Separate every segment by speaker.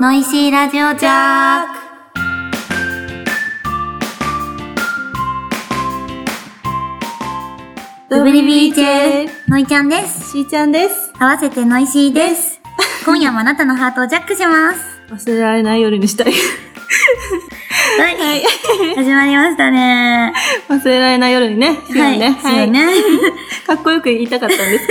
Speaker 1: ノイシーラジオジャーク。ブブリビーチェノイちゃんです。
Speaker 2: しーちゃんです。
Speaker 1: 合わせてノイシーです。今夜もあなたのハートをジャックします。
Speaker 2: 忘れられない夜に したい。
Speaker 1: はい。
Speaker 2: はい。
Speaker 1: 始まりましたね。
Speaker 2: 忘れられない夜にね。そう
Speaker 1: はい。
Speaker 2: ね。
Speaker 1: そうよね。
Speaker 2: かっこよく言いたかったんです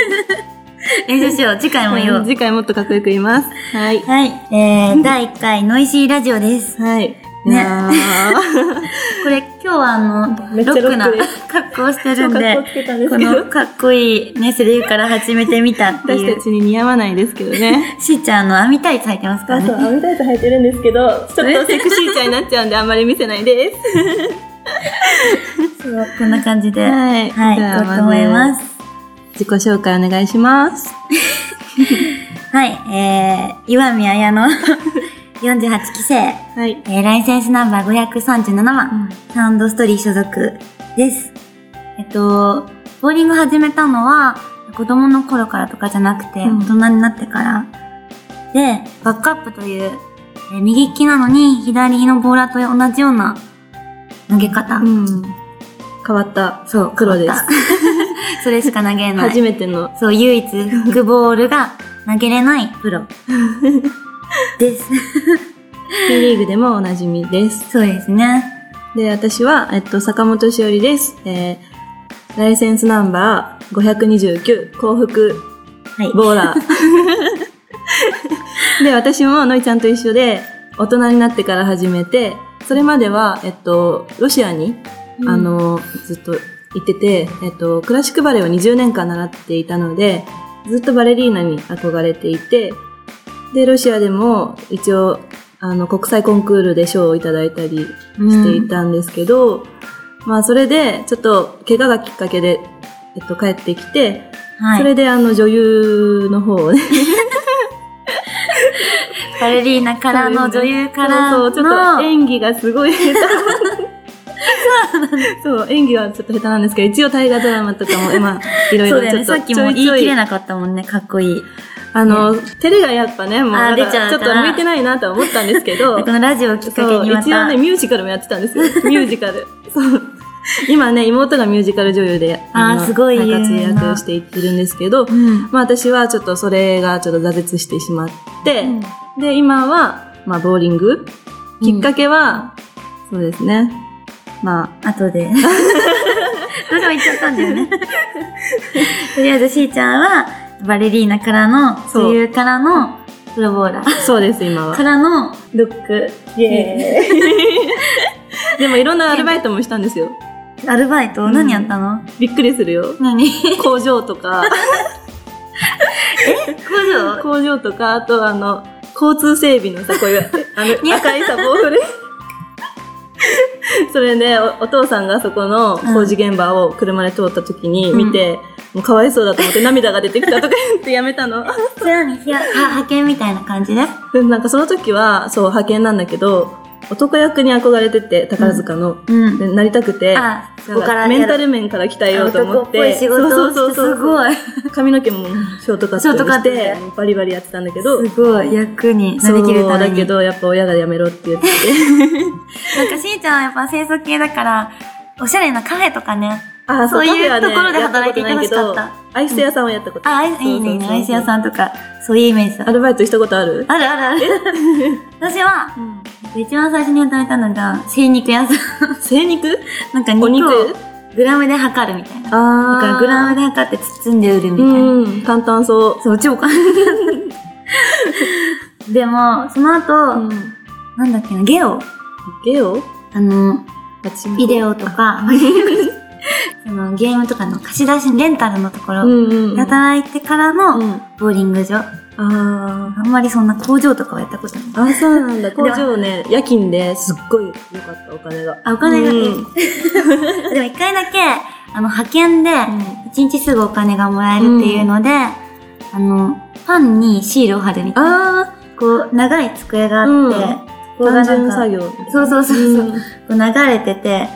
Speaker 2: け
Speaker 1: 練習しよう。次回
Speaker 2: ど。
Speaker 1: も言おう。
Speaker 2: 次回もっとかっこよく言います。はい。
Speaker 1: はい。えー、第1回ノイシーラジオです。
Speaker 2: はい。い やー
Speaker 1: これ今日はあの、
Speaker 2: めっち
Speaker 1: ロ
Speaker 2: ゃ
Speaker 1: ックな
Speaker 2: ロックで
Speaker 1: 格好をして
Speaker 2: ち
Speaker 1: るん
Speaker 2: ょっとか
Speaker 1: で
Speaker 2: っこ、つけたんです
Speaker 1: こ
Speaker 2: けど。
Speaker 1: のかっこいいね、セリフから始めてみたってい
Speaker 2: 私
Speaker 1: う
Speaker 2: た。ちに似合わないですけどね。
Speaker 1: しーちゃんあの網タイツ履いてますからね。
Speaker 2: アミタイツ履いてるんですけど、ちょっとセクシーちゃんになっちゃうんで、あんまり見せない です。
Speaker 1: そうこんな感じで。はい。
Speaker 2: はい。
Speaker 1: はい、
Speaker 2: じゃあ
Speaker 1: 行こうと思いま。す
Speaker 2: ず。自己紹介お願いします。
Speaker 1: はい、えー、岩見綾の 48期生、え
Speaker 2: はい。
Speaker 1: ー、ライセンスナンバー537番、サウンドストーリー所属です。えっと、ボーリング始めたのは、子供の頃からとかじゃなくて、
Speaker 2: うん
Speaker 1: 大人になってから。で、バックアップという、えー右利きなのに、左のボーラーと同じような投げ方。
Speaker 2: うん。変わった。
Speaker 1: そう、
Speaker 2: 黒です
Speaker 1: 変わった。 それしか投げない
Speaker 2: 初。めての
Speaker 1: そう、唯一、フックボールが投げれないプ ロ。です。
Speaker 2: P リーグでもおなじみです。
Speaker 1: そうですね。
Speaker 2: で、私は、えっと、坂本しおりです。えー、ライセンスナンバー529、幸福
Speaker 1: はい。
Speaker 2: ボー ラー。で、私ものいちゃんと一緒で、大人になってから始めて、それまでは、えっと、ロシアに、
Speaker 1: うん
Speaker 2: あ、の、ずっと行ってて、えっと、クラシックバレエを20年間習っていたので、ずっとバレリーナに憧れていて、で、ロシアでも一応、あの、国際コンクールで賞をいただいたりしていたんですけど、まあ、それで、ちょっと、怪我がきっかけで、えっと、帰ってきて、
Speaker 1: はい。
Speaker 2: それで、あの、女優の方をね、
Speaker 1: バレリーナからの女優から
Speaker 2: そ
Speaker 1: の、
Speaker 2: うそうちょっと演技がすごい下手そう演技はちょっと下手なんですけど一応大河ドラマとかも 今いろい
Speaker 1: そう
Speaker 2: ろ
Speaker 1: だ
Speaker 2: ち
Speaker 1: よ
Speaker 2: ょ
Speaker 1: ね。
Speaker 2: っと
Speaker 1: さっき
Speaker 2: ちょ
Speaker 1: も
Speaker 2: い
Speaker 1: 言い
Speaker 2: ちょ
Speaker 1: 切れ
Speaker 2: い
Speaker 1: なかったもんね、かっこいい。
Speaker 2: あの照れがやっぱねもう
Speaker 1: あー
Speaker 2: まだ
Speaker 1: 出ちゃう
Speaker 2: ちょっと向いてないなとは思ったんです けど
Speaker 1: このラジオをきっかけ
Speaker 2: そう
Speaker 1: にま
Speaker 2: 一
Speaker 1: た、
Speaker 2: 応ねミュージカルもやってた んですよミュージカルそう今ね妹がミュージカル女優で
Speaker 1: あー
Speaker 2: の
Speaker 1: すごい
Speaker 2: なんか活
Speaker 1: 有名な
Speaker 2: 躍していってるんですけど
Speaker 1: うん。
Speaker 2: まあ私はちょっとそれがちょっと挫折してしまって、
Speaker 1: うん
Speaker 2: で、今は、まあ、ボーリングきっかけは、そうですね。ま
Speaker 1: 後 で。どうしても言っちゃったんだよね。とりあえず、しーちゃんは、バレリーナからの、
Speaker 2: そう
Speaker 1: 女優からの、プロボーラー
Speaker 2: あ、そうです、今は
Speaker 1: か。らの、ロック。
Speaker 2: イエーイ でもいろんなアルバイトもしたんですよ。
Speaker 1: アルバイト、
Speaker 2: うん
Speaker 1: 何やったの
Speaker 2: びっくりするよ。
Speaker 1: 何
Speaker 2: 工場とか、
Speaker 1: 工場
Speaker 2: 工場とか、あとあの、交通整備のさ、こういう、あの、赤いさ、ボール。それで、おお父さんがそこの工事現場を車で通った時に見て、もうかわいそうだと思って涙が出てきたとか言ってやめたの。
Speaker 1: それはね、ひやは派遣みたいな感じで。
Speaker 2: でなんかその時は、そう、派遣なんだけど、男役に憧れてて、宝塚の。
Speaker 1: うん
Speaker 2: でなりたくて、
Speaker 1: あ、そ
Speaker 2: なん
Speaker 1: こから
Speaker 2: か
Speaker 1: やる
Speaker 2: メンタル面から鍛えようと思っ
Speaker 1: 男っぽい
Speaker 2: て、
Speaker 1: 仕事をしてすごい。
Speaker 2: 髪の毛もショートカットに
Speaker 1: ショートカッ
Speaker 2: し
Speaker 1: トで
Speaker 2: て、バリバリやってたんだけど、
Speaker 1: すごい、役になりきる
Speaker 2: そう
Speaker 1: ため
Speaker 2: だ
Speaker 1: に。
Speaker 2: けど、やっぱ親がやめろって 言って、
Speaker 1: なんかしーちゃんはやっぱ清楚系だから、おしゃれなカフェとかね。
Speaker 2: あ
Speaker 1: そういう
Speaker 2: カフェはね
Speaker 1: ところで働いていてほしかった
Speaker 2: やことないけどアイス屋さんはやったこと
Speaker 1: あ、アイ
Speaker 2: そうそうそう
Speaker 1: いいね、アイス屋さんとか、そういうイメージだ。
Speaker 2: アルバイトしたことある
Speaker 1: あるあるある。 私は、一番最初に働いたのが、精肉屋 さん。
Speaker 2: 精肉
Speaker 1: なんか
Speaker 2: お
Speaker 1: 肉
Speaker 2: 肉
Speaker 1: をグラムで測るみたいな。だ
Speaker 2: あ
Speaker 1: からグラムで測って包んで売るみたいな。
Speaker 2: うん、簡単そう。
Speaker 1: そう、超簡単。 でも、その後、
Speaker 2: うん
Speaker 1: なんだっけな、ゲオ。
Speaker 2: ゲオ
Speaker 1: あの、ビデ
Speaker 2: オ
Speaker 1: オとか、 そのゲームとかの貸し出し、レンタルのところ、
Speaker 2: うんうんうん。
Speaker 1: 働いてから
Speaker 2: う
Speaker 1: の
Speaker 2: ん。
Speaker 1: ボーリング場。
Speaker 2: あ
Speaker 1: あんまりそんな工場とかはやったことない。
Speaker 2: あ。あ、そうなんだ。工場ね、夜勤ですっごい良かった、お金が。
Speaker 1: あ、お金が いい。
Speaker 2: うん
Speaker 1: でも一回だけ、あの、派遣で、一日すぐお金がもらえるっていうので、あの、パンにシールを貼るみたいな。
Speaker 2: あ
Speaker 1: こう、長い机があって、
Speaker 2: うん
Speaker 1: ここ
Speaker 2: あ、
Speaker 1: が
Speaker 2: 単
Speaker 1: な
Speaker 2: 純
Speaker 1: ん
Speaker 2: 作
Speaker 1: か、
Speaker 2: 業。
Speaker 1: そうそうそうそう、
Speaker 2: ん。
Speaker 1: こう流れてて、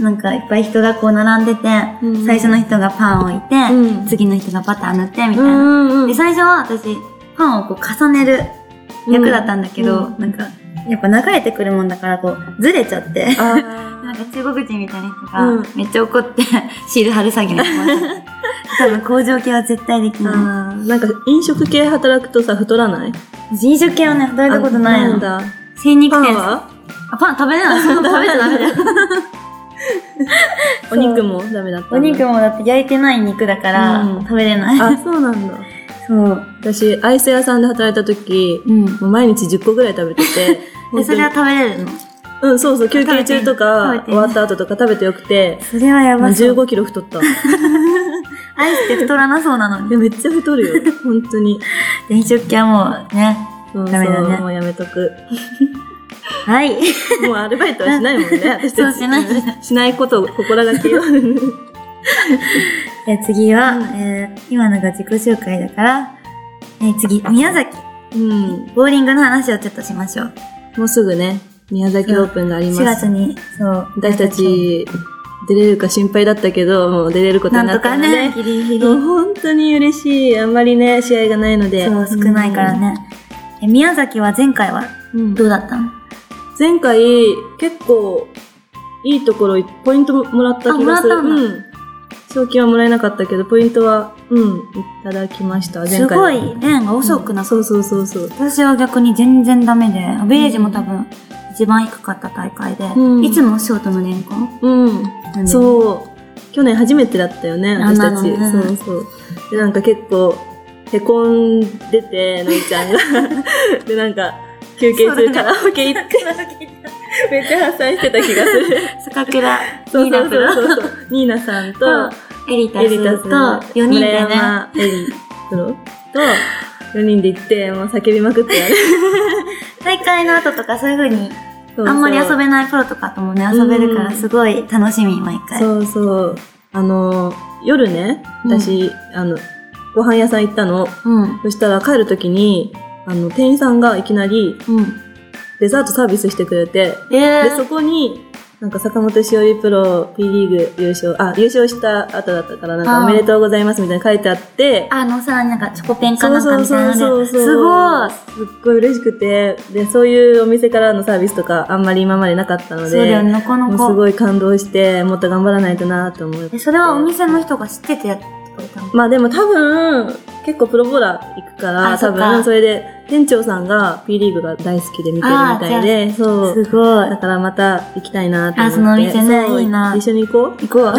Speaker 1: なんかいっぱい人がこう並んでて、
Speaker 2: うん
Speaker 1: 最初の人がパンを置いて、
Speaker 2: うん
Speaker 1: 次の人がバター塗ってみたいな。
Speaker 2: うんうん。
Speaker 1: で、最初は私、パンをこう重ねる役だったんだけど、
Speaker 2: うん
Speaker 1: なんか、やっぱ流れてくるもんだから、こう、ずれちゃって。 なん
Speaker 2: あ
Speaker 1: か中国人みたいな人
Speaker 2: うん
Speaker 1: が、めっちゃ怒って、 シール貼る作業に回しちゃった。 多分工場系は絶対でき
Speaker 2: ー
Speaker 1: ない。
Speaker 2: あーなんか飲食系働くとさ、太らない
Speaker 1: 人食系はね、働いたことない
Speaker 2: あん
Speaker 1: の。
Speaker 2: だ。
Speaker 1: 精肉
Speaker 2: パン
Speaker 1: 店さん。
Speaker 2: は
Speaker 1: あ、パン 食べれない。そんな食べちゃダメだよ。
Speaker 2: お肉もダメだったん だ。
Speaker 1: お肉もだって焼いてない肉だから、
Speaker 2: うん
Speaker 1: 食べれない。
Speaker 2: あ、そうなんだ。
Speaker 1: そう。
Speaker 2: 私、アイス屋さんで働いた時、
Speaker 1: うん。、
Speaker 2: もう毎日10個ぐらい食べてて
Speaker 1: え、それは食べれるの
Speaker 2: うん、そうそう、休憩中と
Speaker 1: 食べ
Speaker 2: か
Speaker 1: て、
Speaker 2: 終わった後とか食べてよくて、
Speaker 1: それはや
Speaker 2: まあ
Speaker 1: ばそう。
Speaker 2: 15キロ太った。
Speaker 1: アイスって太らなそうなの
Speaker 2: で
Speaker 1: に。
Speaker 2: めっちゃ太るよ、本当に。
Speaker 1: 飲食系はもうね。
Speaker 2: そうそう、
Speaker 1: ダメだね
Speaker 2: もうやめとく。
Speaker 1: はい。
Speaker 2: もうアルバイトはしないもんね、私たち。
Speaker 1: そうしない
Speaker 2: しないことを心がけ よう。
Speaker 1: じゃあ次は、えー今のが自己紹介だから、えー次、宮崎。
Speaker 2: うん。
Speaker 1: ボーリングの話をちょっとしましょう。
Speaker 2: もうすぐね、宮崎オープンがあり
Speaker 1: 4
Speaker 2: ま
Speaker 1: 月
Speaker 2: す。
Speaker 1: に、そう。
Speaker 2: 私たち、出れるか心配だったけど、もう出れること
Speaker 1: な
Speaker 2: に
Speaker 1: ん
Speaker 2: な
Speaker 1: と
Speaker 2: った
Speaker 1: か
Speaker 2: ので、
Speaker 1: ね、ギリギリ。
Speaker 2: もう本当に嬉しい。あんまりね、試合がないので。
Speaker 1: そう、少ないからね。え宮崎は前回は
Speaker 2: うん。うん
Speaker 1: どうだったの
Speaker 2: 前回、結構、いいところい、ポイントももらった気がする。
Speaker 1: あもらったん
Speaker 2: うん。賞金はもらえなかったけど、ポイントは、うん、いただきました。前
Speaker 1: す
Speaker 2: 回
Speaker 1: ご
Speaker 2: は。
Speaker 1: い、連が遅くな
Speaker 2: そうそうそうそう。
Speaker 1: 私は逆に全然ダメで、アベレージも多分一番低かった大会で、
Speaker 2: うん
Speaker 1: いつもショートの年間
Speaker 2: うん。そう。去年初めてだったよね、
Speaker 1: あ
Speaker 2: 私た
Speaker 1: な
Speaker 2: ち。
Speaker 1: のね
Speaker 2: そうそう。で、なんか結構、へこんでて、のりちゃ んが。で、なんか、休憩
Speaker 1: そうだ
Speaker 2: 中
Speaker 1: ね
Speaker 2: カラオケ行って、 めっちゃ破産してた気がする。
Speaker 1: 坂倉、
Speaker 2: そ う
Speaker 1: ニー
Speaker 2: そ
Speaker 1: ナ
Speaker 2: う
Speaker 1: プロ
Speaker 2: そうそう。ニーナさんと、
Speaker 1: エリタ
Speaker 2: エリタ
Speaker 1: ス
Speaker 2: ス
Speaker 1: と4
Speaker 2: 4
Speaker 1: 人でね、
Speaker 2: エリプロと、4人で行って、もう叫びまくってやる。
Speaker 1: 大会の後とかそういう風に、
Speaker 2: そうそ う
Speaker 1: あんまり遊べないプロとかともね、遊べるから
Speaker 2: うん
Speaker 1: すごい楽しみ、毎回。
Speaker 2: そうそう。あの、夜ね、私、あの、ご飯屋さん行ったの。
Speaker 1: うん。
Speaker 2: そしたら帰るときに、あの、店員さんがいきなり
Speaker 1: うん。
Speaker 2: デザートサービスしてくれて、
Speaker 1: え
Speaker 2: で、
Speaker 1: ー
Speaker 2: そ、こに、なんか坂本しおりプロ P リーグ優勝、あ、優勝した後だったから、なん
Speaker 1: あー
Speaker 2: かおめでとうございますみたいな書いてあって、
Speaker 1: あの、さらになんかチョコペンか
Speaker 2: そ
Speaker 1: な
Speaker 2: うん
Speaker 1: か
Speaker 2: そう
Speaker 1: みたいな
Speaker 2: そうそ
Speaker 1: の
Speaker 2: う
Speaker 1: で、
Speaker 2: そう。
Speaker 1: すごい
Speaker 2: すっごい嬉しくて、で、そういうお店からのサービスとかあんまり今までなかったので、
Speaker 1: そうだよね、なかな
Speaker 2: もう
Speaker 1: か
Speaker 2: す。ごい感動して、もっと頑張らないとなと思って
Speaker 1: え。それはお店の人が知っててやってくれたの
Speaker 2: まあでも多分、結構プロボーラー行くから、
Speaker 1: あそ
Speaker 2: 多
Speaker 1: っか
Speaker 2: 分それで、店長さんが P リーグが大好きで見てるみたいで、そ
Speaker 1: す
Speaker 2: う。
Speaker 1: ごい
Speaker 2: だ。からまた行きたいなと思って。
Speaker 1: あそのお店ね
Speaker 2: そう
Speaker 1: いいな
Speaker 2: 一緒に行こ
Speaker 1: 行 こう。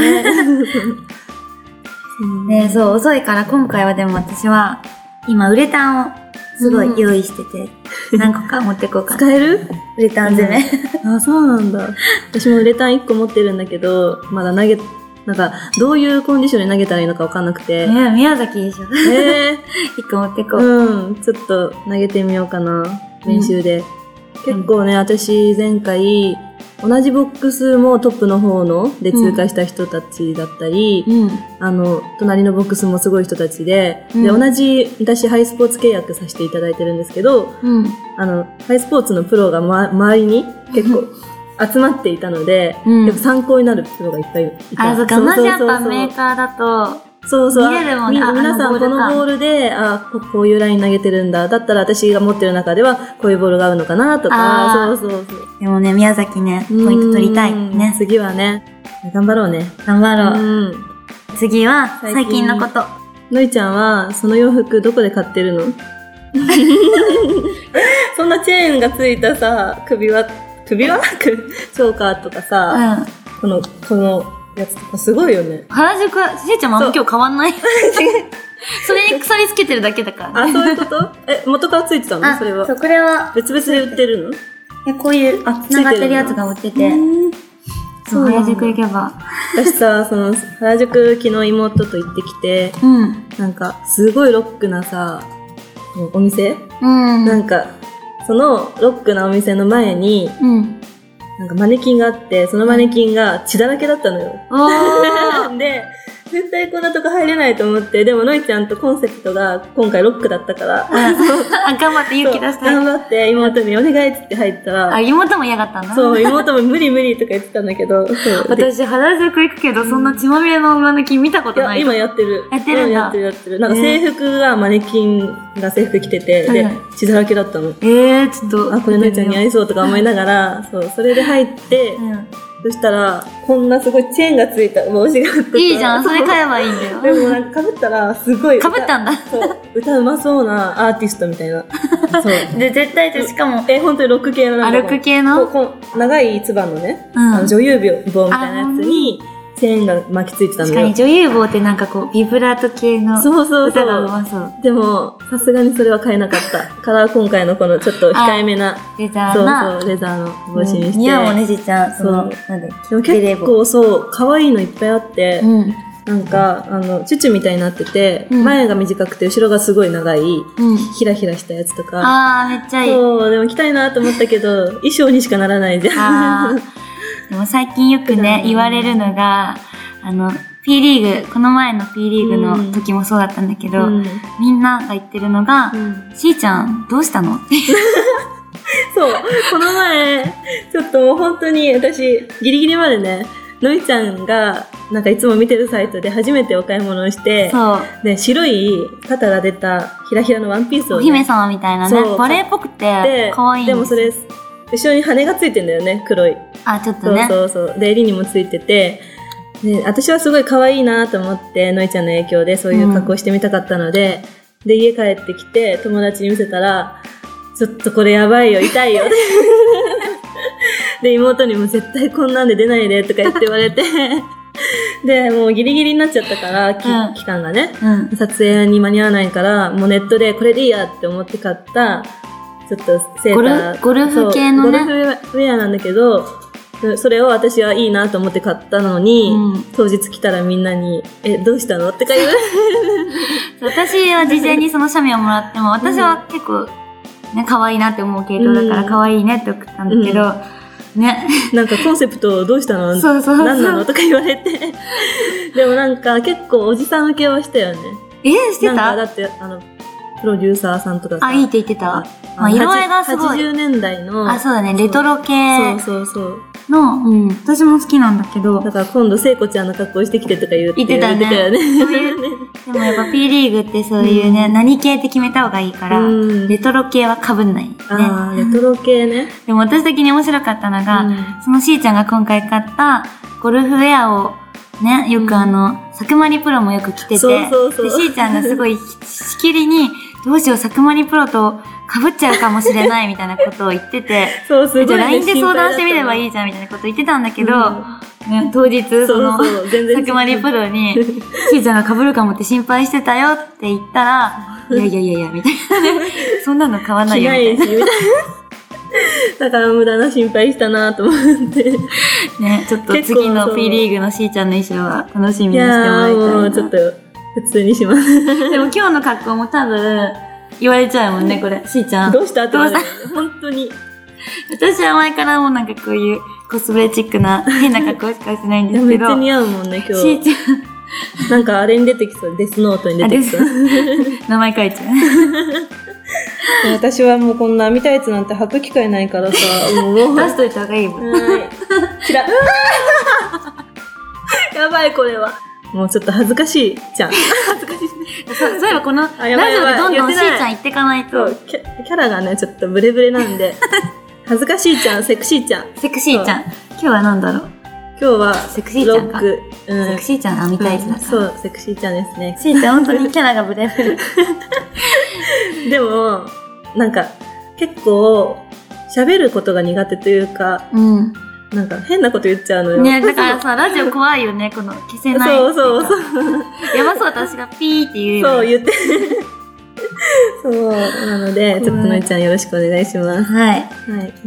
Speaker 2: う。
Speaker 1: ね、そう、遅いから今回はでも私は、今、ウレタンをすごい用意してて、何個か持ってこうかな。
Speaker 2: 使える
Speaker 1: ウレタン攻め。
Speaker 2: あ、そうなんだ。私もウレタン1個持ってるんだけど、まだ投げ、なんか、どういうコンディションで投げたらいいのかわかんなくて。
Speaker 1: ね、 宮崎でしょ。
Speaker 2: えー、
Speaker 1: 一個持ってこう。
Speaker 2: うん、ちょっと投げてみようか
Speaker 1: う
Speaker 2: な、
Speaker 1: ん
Speaker 2: 練習で。
Speaker 1: うん
Speaker 2: 結構ね、私前回、同じボックスもトップの方ので通過した人たちだったり、
Speaker 1: うん。
Speaker 2: あの、隣のボックスもすごい人たちで、で、
Speaker 1: うん
Speaker 2: 同じ、私ハイスポーツ契約させていただいてるんですけど、
Speaker 1: うん。
Speaker 2: あの、ハイスポーツのプロが、ま、周りに結 構集まっていたので、
Speaker 1: うん
Speaker 2: やっぱ参考になるプロがいっぱいいた。
Speaker 1: あ、そっか、
Speaker 2: う
Speaker 1: 同
Speaker 2: う
Speaker 1: じ
Speaker 2: う
Speaker 1: やっぱメーカーだと、
Speaker 2: そうそう。
Speaker 1: 見れるもんね
Speaker 2: み
Speaker 1: あ
Speaker 2: 皆さん
Speaker 1: あの
Speaker 2: このボールで、あこ、こういうライン投げてるんだ。だったら私が持ってる中では、こういうボールが合うのかなと
Speaker 1: あ
Speaker 2: か、
Speaker 1: ー
Speaker 2: そうそうそう。
Speaker 1: でもね、宮崎ね、ポイント取りたい。
Speaker 2: うん
Speaker 1: ね。
Speaker 2: 次はね、頑張ろうね。
Speaker 1: 頑張
Speaker 2: う
Speaker 1: ろう。
Speaker 2: ん。
Speaker 1: 次は、最
Speaker 2: 最
Speaker 1: 近
Speaker 2: 近
Speaker 1: のこと。
Speaker 2: のりちゃんは、その洋服どこで買ってるの そんなチェーンがついたさ、首輪、首輪 チョーカーとか
Speaker 1: う
Speaker 2: さ、
Speaker 1: ん。
Speaker 2: この、このやつとかすごいよね。
Speaker 1: 原宿は、しーちゃんもあんま今日変わん ないそれに鎖つけてるだけだから
Speaker 2: あ、
Speaker 1: ね。
Speaker 2: そういうこと え、元からついてたのそれは
Speaker 1: そ。う、これは、
Speaker 2: 別々で売ってるの
Speaker 1: いやこういう、
Speaker 2: あつい
Speaker 1: 繋
Speaker 2: てる
Speaker 1: がってるやつが売ってて、そう、原宿行けば。
Speaker 2: 私さその原宿昨日妹と行ってきて
Speaker 1: うん。
Speaker 2: なんかすごいロックなさお店、
Speaker 1: うん。
Speaker 2: なんかそのロックなお店の前に
Speaker 1: うん。
Speaker 2: なんかマネキンがあってそのマネキンが血だらけだったのよ
Speaker 1: おー
Speaker 2: で絶対こんなとこ入れないと思って、でも、のいちゃんとコンセプトが今回ロックだったから、
Speaker 1: あ頑張って勇気出し
Speaker 2: そう
Speaker 1: た
Speaker 2: 頑
Speaker 1: い。
Speaker 2: 張って、妹にお願いっつって入った
Speaker 1: あ、
Speaker 2: ら、
Speaker 1: 妹も嫌がったんだ。
Speaker 2: そう、妹も無理無理とか言ってたんだ けど、そう。で
Speaker 1: 私、原宿行くけど、そんな血まみれの馬抜き見たこ
Speaker 2: い
Speaker 1: と
Speaker 2: や、
Speaker 1: ない。
Speaker 2: 今やってる。
Speaker 1: やってるんだ
Speaker 2: うんやってるやってる。なんか制服が、マネキンが制服着てて、
Speaker 1: はい
Speaker 2: で
Speaker 1: はい、
Speaker 2: 血だらけだったの。
Speaker 1: えー、ちょっと。
Speaker 2: あ、これのいちゃんに合
Speaker 1: い
Speaker 2: いそうとか思いながら、そう、それで入って、そしたら、こんなすごいチェーンがついた帽子があって。
Speaker 1: いいじゃん、それ買えばいいんだよ。
Speaker 2: でもなんか被ったら、すごい。
Speaker 1: かぶったんだ。
Speaker 2: そう、歌うまそうなアーティストみた いな。そう。
Speaker 1: で、絶対と、しかも、
Speaker 2: え、本当にロック系のなんか
Speaker 1: 歩く系の
Speaker 2: こうこう長いつばのね、
Speaker 1: うん
Speaker 2: あの女優棒みたいなやつに、チェーンが巻きついてたの
Speaker 1: 確か
Speaker 2: よ
Speaker 1: に。女優帽ってなんかこう、ビブラート系の
Speaker 2: そうそうそ
Speaker 1: 歌がう
Speaker 2: う。
Speaker 1: まそう。
Speaker 2: でも、さすがにそれは買えなかった。から今回のこのちょっと控えめな、
Speaker 1: レザ
Speaker 2: そ
Speaker 1: ー
Speaker 2: う
Speaker 1: な。
Speaker 2: そう、レザーの帽子にして。
Speaker 1: 似合うもんね、じいちゃん。その、
Speaker 2: そ
Speaker 1: なんで、
Speaker 2: でも結構そう、可愛いのいっぱいあって、
Speaker 1: うん。
Speaker 2: なんか、あの、チュチュみたいになってて、
Speaker 1: うん
Speaker 2: 前が短くて後ろがすごい長い、
Speaker 1: うん。
Speaker 2: ひらひらしたやつとか。
Speaker 1: あー、めっちゃいい。
Speaker 2: そう、でも着たいなと思ったけ ど、衣装にしかならないじゃ
Speaker 1: あ
Speaker 2: ん。
Speaker 1: ーでも最近よくね、言われるのが、あの、P リーグ、この前の P リーグの時もそうだったんだけど、
Speaker 2: うん
Speaker 1: みんなが言ってるのが、
Speaker 2: うん
Speaker 1: しーちゃん、どうしたのって。
Speaker 2: そう、この前、ちょっともう本当に私、ギリギリまでね、のいちゃんが、なんかいつも見てるサイトで初めてお買い物をして、
Speaker 1: そう。
Speaker 2: で、白い肩が出たひらひらのワンピースを
Speaker 1: お
Speaker 2: ね、
Speaker 1: 姫様みたいなね
Speaker 2: そ、う
Speaker 1: バレーっぽくて
Speaker 2: で、
Speaker 1: 可愛いん
Speaker 2: でも
Speaker 1: す
Speaker 2: それ、後ろに羽がついてんだよね、黒い。
Speaker 1: あ、ちょっ
Speaker 2: そ
Speaker 1: と
Speaker 2: う
Speaker 1: ね。
Speaker 2: そうそう。で、襟にもついてて、で、私はすごい可愛いなと思って、のいちゃんの影響でそういう格好してみたかったので、で、家帰ってきて、友達に見せたら、ちょっとこれやばいよ、痛いよ。で、妹にも絶対こんなんで出ないでとか言って言われて、で、もうギリギリになっちゃったから、き
Speaker 1: うん
Speaker 2: 期間がね。
Speaker 1: うん。
Speaker 2: 撮影に間に合わないから、もうネットでこれでいいやって思って買った、ちょっとセーター。
Speaker 1: ゴルゴルフ系のね
Speaker 2: そうゴルフウェアなんだけど、そそれを私はいいなと思って買ったのに、
Speaker 1: うん
Speaker 2: 当日来たらみんなに、え、どうしたのってか 言われて。
Speaker 1: そう私は事前にその写メをもらっても、私は結構、ね、可愛いなって思う系統だから、
Speaker 2: うん
Speaker 1: 可愛いねって送ったんだけど、ね。
Speaker 2: なんかコンセプトどうしたの
Speaker 1: そうそうそう
Speaker 2: 何なのとか言われて。 でもなんか結構おじさん受けはしたよね。
Speaker 1: えして
Speaker 2: なんか
Speaker 1: た
Speaker 2: だって、あの、プロデューサーさんとかさ
Speaker 1: あ、いいって言ってた。
Speaker 2: あ
Speaker 1: まあ、色合いがすごい。
Speaker 2: 80年代の。
Speaker 1: あ、そうだね、レトロ系
Speaker 2: そうそうそう。
Speaker 1: の、うん、私も好きなんだけど、
Speaker 2: だから今度聖子ちゃんの格好してきてとか言っ
Speaker 1: 言
Speaker 2: て
Speaker 1: ってたよね
Speaker 2: 言っ
Speaker 1: そう
Speaker 2: てたよね
Speaker 1: でもやっぱ P リーグってそういうね、何系って決めた方がいいから、
Speaker 2: うん
Speaker 1: レトロ系は被んない、ね。
Speaker 2: ああ、レトロ系ね。
Speaker 1: でも私的に面白かったのが、
Speaker 2: うん
Speaker 1: そのしーちゃんが今回買ったゴルフウェアをね、よくあの、佐久間りプロもよく着てて、
Speaker 2: そうそうそう
Speaker 1: でしーちゃんがすごいしきりに、どうしよう佐久間りプロと被っちゃうかもしれないみたいなことを言ってて、
Speaker 2: そう、すごい、ね。
Speaker 1: じゃあ LINE で相談してみればい
Speaker 2: い
Speaker 1: いじゃんみたいなこと言ってたんだけど、
Speaker 2: うん
Speaker 1: ね、当日
Speaker 2: そう
Speaker 1: その、
Speaker 2: そう、全然。
Speaker 1: 佐久間りプロ に、しーちゃんが被るかもって心配してたよって言ったら、いやいやいやいや、みたいなね。そんなの買わない
Speaker 2: 着
Speaker 1: よ、みた
Speaker 2: な
Speaker 1: い
Speaker 2: い
Speaker 1: な
Speaker 2: し、。みたいな。だから無駄な心配したなと 思って。
Speaker 1: ね、ちょっと
Speaker 2: 結構
Speaker 1: 次の
Speaker 2: そう
Speaker 1: P リーグのしーちゃんの衣装は楽しみにしても
Speaker 2: いや
Speaker 1: らい
Speaker 2: ー
Speaker 1: たいな
Speaker 2: もうちょっと普通にします。
Speaker 1: でも今日の格好も多分言われちゃうもんね、これ。しーちゃん
Speaker 2: ど。うしたって
Speaker 1: どうした
Speaker 2: 本当に。
Speaker 1: 私は前からもうなんかこういうコスプレチックな変な格好しかしてないん
Speaker 2: い
Speaker 1: で
Speaker 2: や
Speaker 1: す
Speaker 2: め
Speaker 1: け
Speaker 2: っちゃ
Speaker 1: ど。し
Speaker 2: 似合うもんね、今
Speaker 1: ー
Speaker 2: 日。
Speaker 1: ちゃ
Speaker 2: なんかあれに出てきそう。デスノートに
Speaker 1: ん、あ
Speaker 2: 出て
Speaker 1: で
Speaker 2: き
Speaker 1: す
Speaker 2: そう。。
Speaker 1: 名前書いちゃう。
Speaker 2: 私はもうこんな網タイツなんて履く機会ないからさ、もう。
Speaker 1: 出しといた方がいいもん。
Speaker 2: はい。ちら。 やばい、これは。もうちょっと恥ずかしいじゃん。
Speaker 1: そうそういえばこのラジ
Speaker 2: や
Speaker 1: オ
Speaker 2: ばいやばい
Speaker 1: でどんどんし
Speaker 2: 言ってない
Speaker 1: ーちゃん行ってかない
Speaker 2: そ
Speaker 1: と
Speaker 2: う、キャキャラがね、ちょっとブレブレな んで。恥ずかしいちゃん、セクシーちゃん。
Speaker 1: セクシーちゃん。今日は何だろう
Speaker 2: 今日は、
Speaker 1: セクシーちゃんか
Speaker 2: ロック。うん
Speaker 1: セクシーちゃん編みたいつだ
Speaker 2: うん
Speaker 1: から。
Speaker 2: そう、セクシーちゃんですね。
Speaker 1: しーちゃん本当に キャラがブレブレ。
Speaker 2: でも、なんか、結構、喋ることが苦手というか、
Speaker 1: うん。
Speaker 2: なんか変なこと言っちゃうのよ。
Speaker 1: ねだからさ、ラジオ怖いよね、この消せない。
Speaker 2: そうそうそう。
Speaker 1: やばそう、私がピーって言うよ
Speaker 2: そう
Speaker 1: ね。
Speaker 2: 言って。 そう、なので、ちょっとのいちゃんよろしくお願いします。
Speaker 1: はい。
Speaker 2: はい、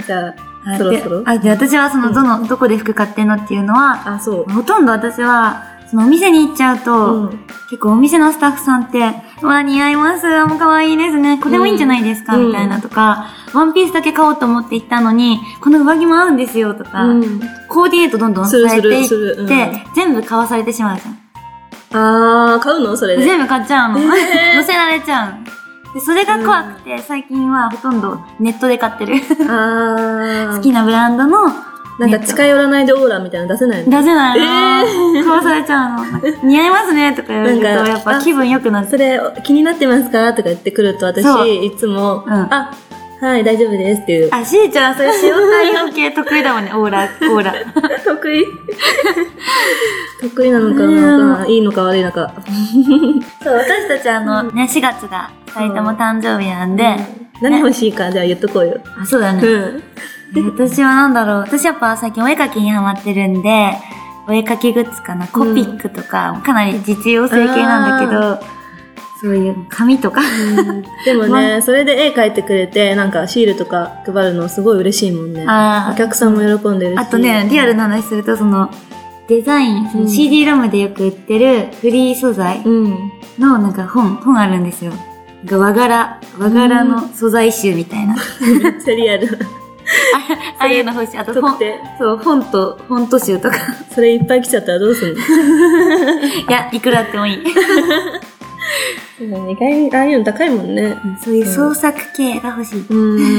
Speaker 2: じゃあ、
Speaker 1: あ
Speaker 2: そろそろ
Speaker 1: で。あ、で、私はその、どの、どこで服買ってんのっていうのは、
Speaker 2: あ、そう。
Speaker 1: ほとんど私は、そのお店に行っちゃうと、
Speaker 2: うん
Speaker 1: 結構お店のスタッフさんって、うわ、似合います、あ、もう可愛いですね、これもいいんじゃないですか、
Speaker 2: うん
Speaker 1: みたいなとか、ワンピースだけ買おうと思って行ったのに、この上着も合うんですよとか、
Speaker 2: うん
Speaker 1: コーディネートどんどん
Speaker 2: す
Speaker 1: さ
Speaker 2: る
Speaker 1: れ
Speaker 2: す
Speaker 1: てい
Speaker 2: る
Speaker 1: っ
Speaker 2: する。
Speaker 1: て、全部買わされてしまうじゃん。
Speaker 2: あー、買うのそれで。
Speaker 1: 全部買っちゃうの。
Speaker 2: えー
Speaker 1: 乗せられちゃうの。で、それが怖くて、最近はほとんどネットで買ってる。
Speaker 2: あー。
Speaker 1: 好きなブランドの、
Speaker 2: なんか近寄らないでオーラみたいなの出せない
Speaker 1: 出
Speaker 2: の
Speaker 1: せない
Speaker 2: え
Speaker 1: の。買わされちゃうの。なんか似合いますねとか言われると、
Speaker 2: なんか
Speaker 1: やっぱ気分良くなっちゃ
Speaker 2: それ気になってますかとか言ってくる
Speaker 1: そ
Speaker 2: と
Speaker 1: う
Speaker 2: 私、いつも、
Speaker 1: うん
Speaker 2: あ、はい、大丈夫ですっていう
Speaker 1: う。。あ、しーちゃん、それ塩対応系得意だもんね。 オーラ、オーラ。
Speaker 2: 得意 得意なのか
Speaker 1: うん
Speaker 2: な、いいのか悪いのか。
Speaker 1: そう、私たちあの、ね、4月が2人とも誕生日なんで、
Speaker 2: 何欲しいか、じゃあ言っとこうよ。
Speaker 1: あ、そうだね。
Speaker 2: うん。
Speaker 1: え私はなんだろう。私やっぱ最近お絵描きにハマってるんで、お絵描きグッズかな。コピックとか、かなり実用性系なんだけど、そういう紙とか。
Speaker 2: でもね、
Speaker 1: ま
Speaker 2: それで絵描いてくれて、なんかシールとか配るのすごい嬉しいもんね。
Speaker 1: あー
Speaker 2: お客さんも喜んでるし。
Speaker 1: あとね、リアルな話すると、その、デザイン、そうの
Speaker 2: ん
Speaker 1: CD ロムでよく売ってるフリー素材
Speaker 2: うん。
Speaker 1: のなんか本、本あるんですよ。なんか和柄、和柄の素材集みたいな。 あ
Speaker 2: めっちゃリアル。
Speaker 1: あいうの欲しい。あと
Speaker 2: 撮
Speaker 1: 本
Speaker 2: っ、て。
Speaker 1: そう、本と、本と集とか。
Speaker 2: それいっぱい来ちゃったらどうすん の
Speaker 1: いや、いくらあってもいい。
Speaker 2: 意外にああいうの高いもんね。
Speaker 1: そういう創作系が欲しい。
Speaker 2: う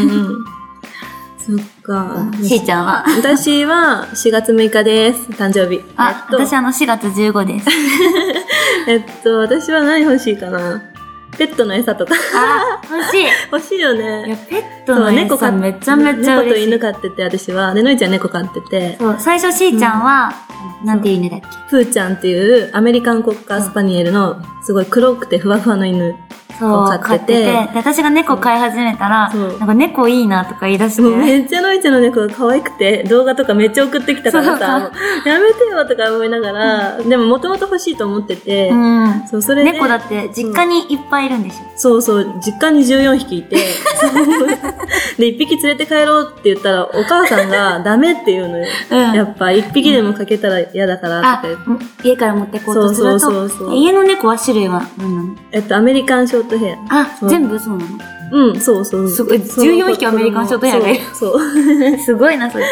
Speaker 2: ん。 そっか。
Speaker 1: しーちゃんは
Speaker 2: 私は4月6日です。誕生日。
Speaker 1: あ、
Speaker 2: えっと、
Speaker 1: 私あの4月15です。
Speaker 2: えっと、私は何欲しいかな。ペットの餌とか。
Speaker 1: あ、欲しい。い
Speaker 2: 欲しいよ
Speaker 1: や、
Speaker 2: ね。
Speaker 1: ペットの
Speaker 2: そう
Speaker 1: 猫さ
Speaker 2: 飼っ
Speaker 1: めちゃめちゃ
Speaker 2: 猫と
Speaker 1: 嬉しい。
Speaker 2: 犬飼ってて、私は。で、のいちゃん猫飼ってて。
Speaker 1: そう、最初しーちゃんは、なんていう犬だっけ
Speaker 2: プーちゃんっていうアメリカンコッカースパニエルのすごい黒くてふわふわの犬。
Speaker 1: そう、
Speaker 2: 飼
Speaker 1: 飼
Speaker 2: っ
Speaker 1: ってて
Speaker 2: て
Speaker 1: て。で、私が猫飼い始めたら、
Speaker 2: そう
Speaker 1: なんか猫いいなとか言い出して。
Speaker 2: もうめっちゃのいちゃんの猫が可愛くて、動画とかめっちゃ送ってきたからさ、
Speaker 1: そう
Speaker 2: もうやめてよとか思いながら、でももともと欲しいと思ってて、
Speaker 1: うん。
Speaker 2: そう、それで、
Speaker 1: 猫だって実家にいっぱいいるんでしょ。
Speaker 2: そうそう、実家に14匹いて、 で、1匹連れて帰ろうって言ったら、お母さ んがダメって言うのよ。
Speaker 1: うん
Speaker 2: やっぱ1匹でもかけたら嫌だから
Speaker 1: あ
Speaker 2: って。、
Speaker 1: 家から持ってこうとする
Speaker 2: そうそうそうそ
Speaker 1: と、
Speaker 2: う
Speaker 1: 家の猫は種類は何なの
Speaker 2: えっと、アメリカンショートヘア。
Speaker 1: あ、
Speaker 2: そう
Speaker 1: 全部そうな の
Speaker 2: うん、そうそう。
Speaker 1: すごい
Speaker 2: その
Speaker 1: 14匹アメリカンショートヘアがいる
Speaker 2: そう。そう
Speaker 1: すごいな、それ。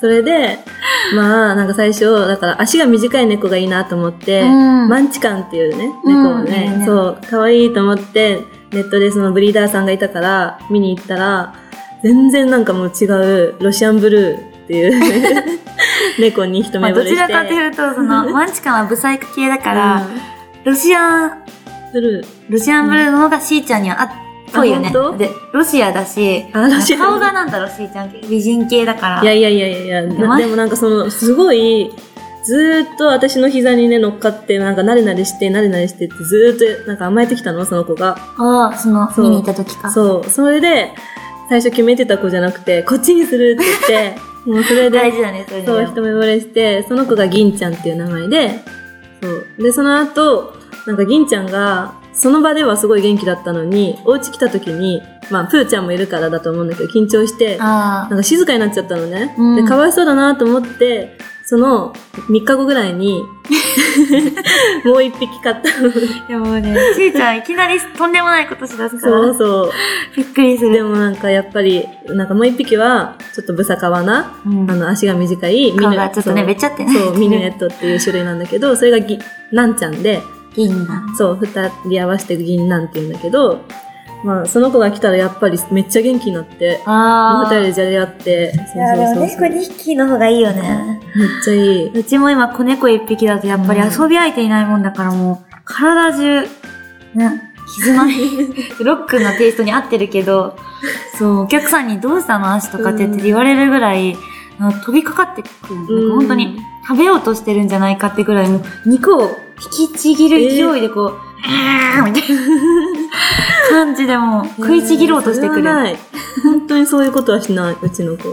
Speaker 2: それで、まあ、なんか最初、だから足が短い猫がいいなと思って、
Speaker 1: うん
Speaker 2: マンチカンっていうね、猫をね、
Speaker 1: うん
Speaker 2: そう、可愛いと思って、ネットでそのブリーダーさんがいたから、見に行ったら、全然なんかもう違う、ロシアンブルーっていう 猫に一
Speaker 1: ま
Speaker 2: 目
Speaker 1: あ、
Speaker 2: 惚
Speaker 1: ど
Speaker 2: れ
Speaker 1: ち
Speaker 2: して。
Speaker 1: らかというと、そ の、マンチカンはブサイク系だから、
Speaker 2: うん
Speaker 1: ロシアン
Speaker 2: ブルー。
Speaker 1: ロシアンブルーの方がしーちゃんにはあっぽいよね
Speaker 2: あ本当。
Speaker 1: で、ロシアだし、
Speaker 2: あロシア
Speaker 1: 顔がなんだろう、しーちゃん系。美人系だから。
Speaker 2: いやいやいやいやいや、
Speaker 1: や
Speaker 2: な
Speaker 1: ばい
Speaker 2: でもなんかその、すごい、ずーっと私の膝にね、乗っかって、なんか、なれなれして、なれなれしてって、ずーっと、なんか甘えてきたの、その子が。
Speaker 1: ああ、その、
Speaker 2: そう
Speaker 1: 見に行った時か。
Speaker 2: そう。それで、最初決めてた子じゃなくて、こっちにするって言って、もうそれ
Speaker 1: 大
Speaker 2: で、
Speaker 1: 事だね、それ
Speaker 2: そう、一目惚れして、その子が銀ちゃんっていう名前で、そう。で、その後、なんか銀ちゃんが、その場ではすごい元気だったのに、お家来た時に、まあ、プーちゃんもいるからだと思うんだけど、緊張して、な
Speaker 1: ああ
Speaker 2: んか静かになっちゃったのね。
Speaker 1: うん
Speaker 2: で、かわいそうだなと思って、その3日後ぐら いに、もう一匹買ったの。そ。
Speaker 1: でもね、しーちゃんいきなりとんでもないことしだすから、
Speaker 2: うそう。
Speaker 1: びっくりす
Speaker 2: で
Speaker 1: る。
Speaker 2: もなんかやっぱり、なんかもう一匹は、ちょっとブサカワな、
Speaker 1: うん
Speaker 2: あの足が短い、ミ
Speaker 1: 顔
Speaker 2: ヌ
Speaker 1: がちょっとね、べっちゃってね。
Speaker 2: そうそう、ミヌエットっていう種類なんだけど、それがぎ、なんちゃんで、
Speaker 1: 銀が。
Speaker 2: そう、二人合わせて銀なんて言うんだけど、まあ、その子が来たらやっぱりめっちゃ元気になって、もう
Speaker 1: あ
Speaker 2: 二
Speaker 1: あ。
Speaker 2: 人でじゃれ合って、
Speaker 1: いや、でも
Speaker 2: そうそうそう
Speaker 1: 猫2匹の方がいいよね。
Speaker 2: めっちゃいい。
Speaker 1: うちも今子猫1匹だとやっぱり遊び相手いないもんだからもう、体中、ね、絆 に、ロックのテイストに合ってるけど、そう、お客さんにどうしたの足とかってって言われるぐらい、あの飛びかかってくる。なんか本当に食べようとしてるんじゃないかってぐらい、もう肉を引きちぎる勢いでこう、あーみたいな感じでもう食いちぎろうとしてく
Speaker 2: えーそれは
Speaker 1: る。
Speaker 2: ない。本当にそういうことはしない、うちの子。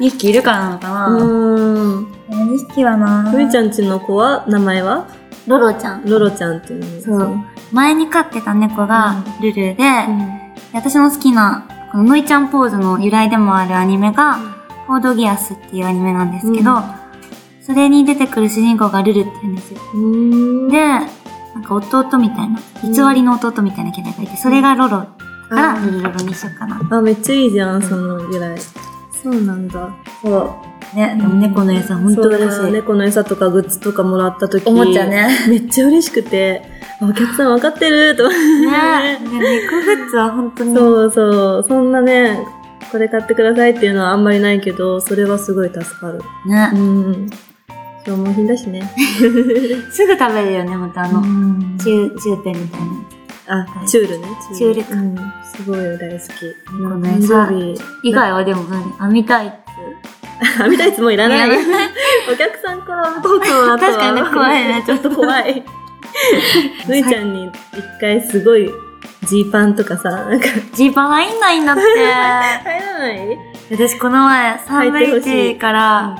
Speaker 1: 2匹いるからなのかな
Speaker 2: うん。
Speaker 1: ?2 匹はな
Speaker 2: ふみちゃんちの子は、名前は
Speaker 1: ロロちゃん。
Speaker 2: ロロちゃんっていうの。
Speaker 1: そう。前に飼ってた猫がルルで、
Speaker 2: うん
Speaker 1: 私の好きな、このノイちゃんポーズの由来でもあるアニメが、コードギアスっていうアニメなんですけど、
Speaker 2: うん
Speaker 1: それに出てくる主人公がルルって言うんですよ。
Speaker 2: うーん
Speaker 1: で、なんか弟みたいな、偽りの弟みたいなキャラがいて、それがロロだから、
Speaker 2: あ
Speaker 1: ルルロロにしようかな。
Speaker 2: あ、めっちゃいいじゃん、そのぐらい。そうなんだ。そう。
Speaker 1: ね、猫の餌本当嬉し
Speaker 2: そう
Speaker 1: い。
Speaker 2: 猫の餌とかグッズとかもらった時
Speaker 1: おもちゃね。
Speaker 2: めっちゃ嬉しくてあお客さん分かってると思っ
Speaker 1: ね
Speaker 2: て、
Speaker 1: ね猫グッズは本当に。
Speaker 2: そうそうそんなねこれ買ってくださいっていうのはあんまりないけどそれはすごい助かる
Speaker 1: ね
Speaker 2: う。ん消耗品だしね
Speaker 1: すぐ食べるよね、またあの、
Speaker 2: うん
Speaker 1: チュー、チューペンみたいな。
Speaker 2: あチュールね
Speaker 1: チュールか
Speaker 2: うんすごい大好き
Speaker 1: 猫の
Speaker 2: 誕
Speaker 1: 餌
Speaker 2: 生 日
Speaker 1: 以外はでも何編みたいって。
Speaker 2: 編みたいつもいらない
Speaker 1: いら
Speaker 2: お客さんからトーク を
Speaker 1: 確かにね怖いね
Speaker 2: ちょっと怖 いむいちゃんに一回すごいジーパンとかさなんか
Speaker 1: ジーパン入んないんだっ て。
Speaker 2: 入らない
Speaker 1: 私この前、サンブリ
Speaker 2: 入っ
Speaker 1: ッ
Speaker 2: てほしい
Speaker 1: ジから、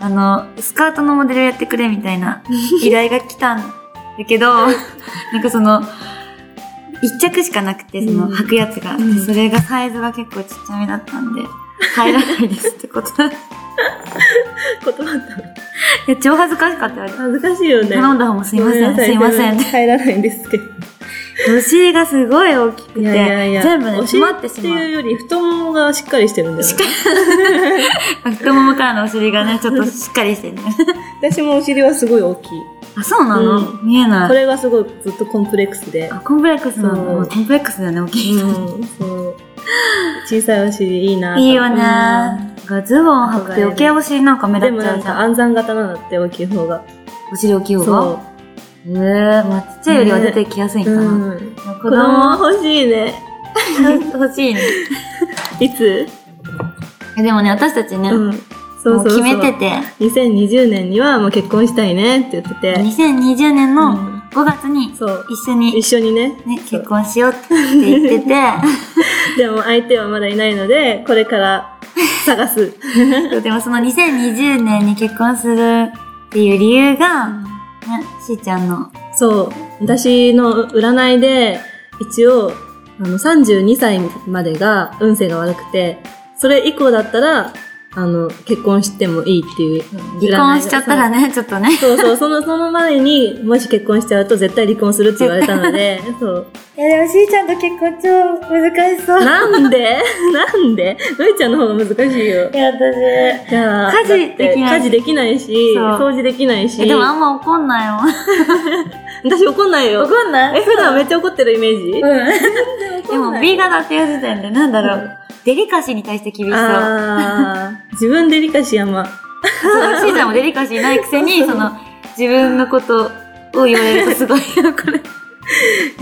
Speaker 1: あの、スカートのモデルやってくれみたいな依頼が来たんだ けど、なんかその、一着しかなくて、その
Speaker 2: うん
Speaker 1: 履くやつが、
Speaker 2: うん
Speaker 1: それがサイズが結構ちっちゃめだったんで、入らないですってことだ。い
Speaker 2: 断った
Speaker 1: や、超恥ずかしかったよ。
Speaker 2: 恥ずかしいよね
Speaker 1: 頼んだ方もすいません、
Speaker 2: ご
Speaker 1: すいません。
Speaker 2: 入らないんですけど
Speaker 1: お尻がすごい大きくて、全部ね、
Speaker 2: お
Speaker 1: 詰
Speaker 2: 尻
Speaker 1: まってし
Speaker 2: っ
Speaker 1: ま
Speaker 2: ていう
Speaker 1: う。
Speaker 2: より太ももがしっかりしてるんだよね
Speaker 1: 太ももからのお尻が ね、ちょっとしっかりしてるね。
Speaker 2: 私もお尻はすごい大きい
Speaker 1: あ、そうなの、
Speaker 2: う
Speaker 1: 見えない。
Speaker 2: これがすごいずっとコンプレックスで
Speaker 1: あ、コンプレックスなんだ。
Speaker 2: そう
Speaker 1: コンプレックスだよね、大きい人。
Speaker 2: うんそう小さいお尻いいなと
Speaker 1: いいよね。なんかズボン履くと余計お尻なんか目
Speaker 2: で
Speaker 1: 立っ
Speaker 2: も
Speaker 1: ちゃ
Speaker 2: な
Speaker 1: うんじゃ
Speaker 2: か
Speaker 1: ん。
Speaker 2: 暗算型なんだって大きい方が。
Speaker 1: お尻大きい方が。
Speaker 2: そ
Speaker 1: ええー、まあちっちゃいよりは出てきやすいん
Speaker 2: う。
Speaker 1: かな。
Speaker 2: うん。
Speaker 1: 子
Speaker 2: 子
Speaker 1: 供
Speaker 2: 供
Speaker 1: は
Speaker 2: 欲しいね。
Speaker 1: 欲しいね。
Speaker 2: いつ？
Speaker 1: えでもね、私たちね、
Speaker 2: うん。そうそうそう。
Speaker 1: もう決めて。て、
Speaker 2: 2020年にはもう結婚したいねって言ってて。
Speaker 1: 2020年
Speaker 2: う
Speaker 1: の
Speaker 2: ん
Speaker 1: 5月に
Speaker 2: そう。
Speaker 1: 一緒に、
Speaker 2: 一緒にね。
Speaker 1: ね、結婚しようって言って て、
Speaker 2: でも相手はまだいないので、これから探す。
Speaker 1: でもその2020年に結婚するっていう理由が、ね、しーちゃんの、
Speaker 2: そう。私の占いで、一応、あの、32歳までが運勢が悪くて、それ以降だったら、あの、結婚してもいいっていう占いが。
Speaker 1: 離婚しちゃったらね、ちょっとね。
Speaker 2: そうそう、その、その前に、もし結婚しちゃうと絶対離婚するって言われたの で、そう。
Speaker 1: いやでもしーちゃんと結婚超難しそ
Speaker 2: なんで なんでのいちゃんの方が難しいよ。
Speaker 1: いや、私、
Speaker 2: じゃあ、
Speaker 1: 家事
Speaker 2: だって
Speaker 1: できない
Speaker 2: 家事できないし、
Speaker 1: そう
Speaker 2: 掃除できないし。
Speaker 1: えでもあんま怒んないもん。
Speaker 2: 私怒んない よ。
Speaker 1: 怒んな
Speaker 2: え、普段めっちゃ怒ってるイメージ
Speaker 1: うん。で
Speaker 2: 怒ん
Speaker 1: も
Speaker 2: ない
Speaker 1: B 型って言う時点で、なんだろ
Speaker 2: うん
Speaker 1: う。デリカシーに対して厳しそう。
Speaker 2: あー自分で理解しやま。
Speaker 1: そう、しーちゃんもデリカシーないくせ に、その、自分のことを言われるとすごいよ、これ。
Speaker 2: い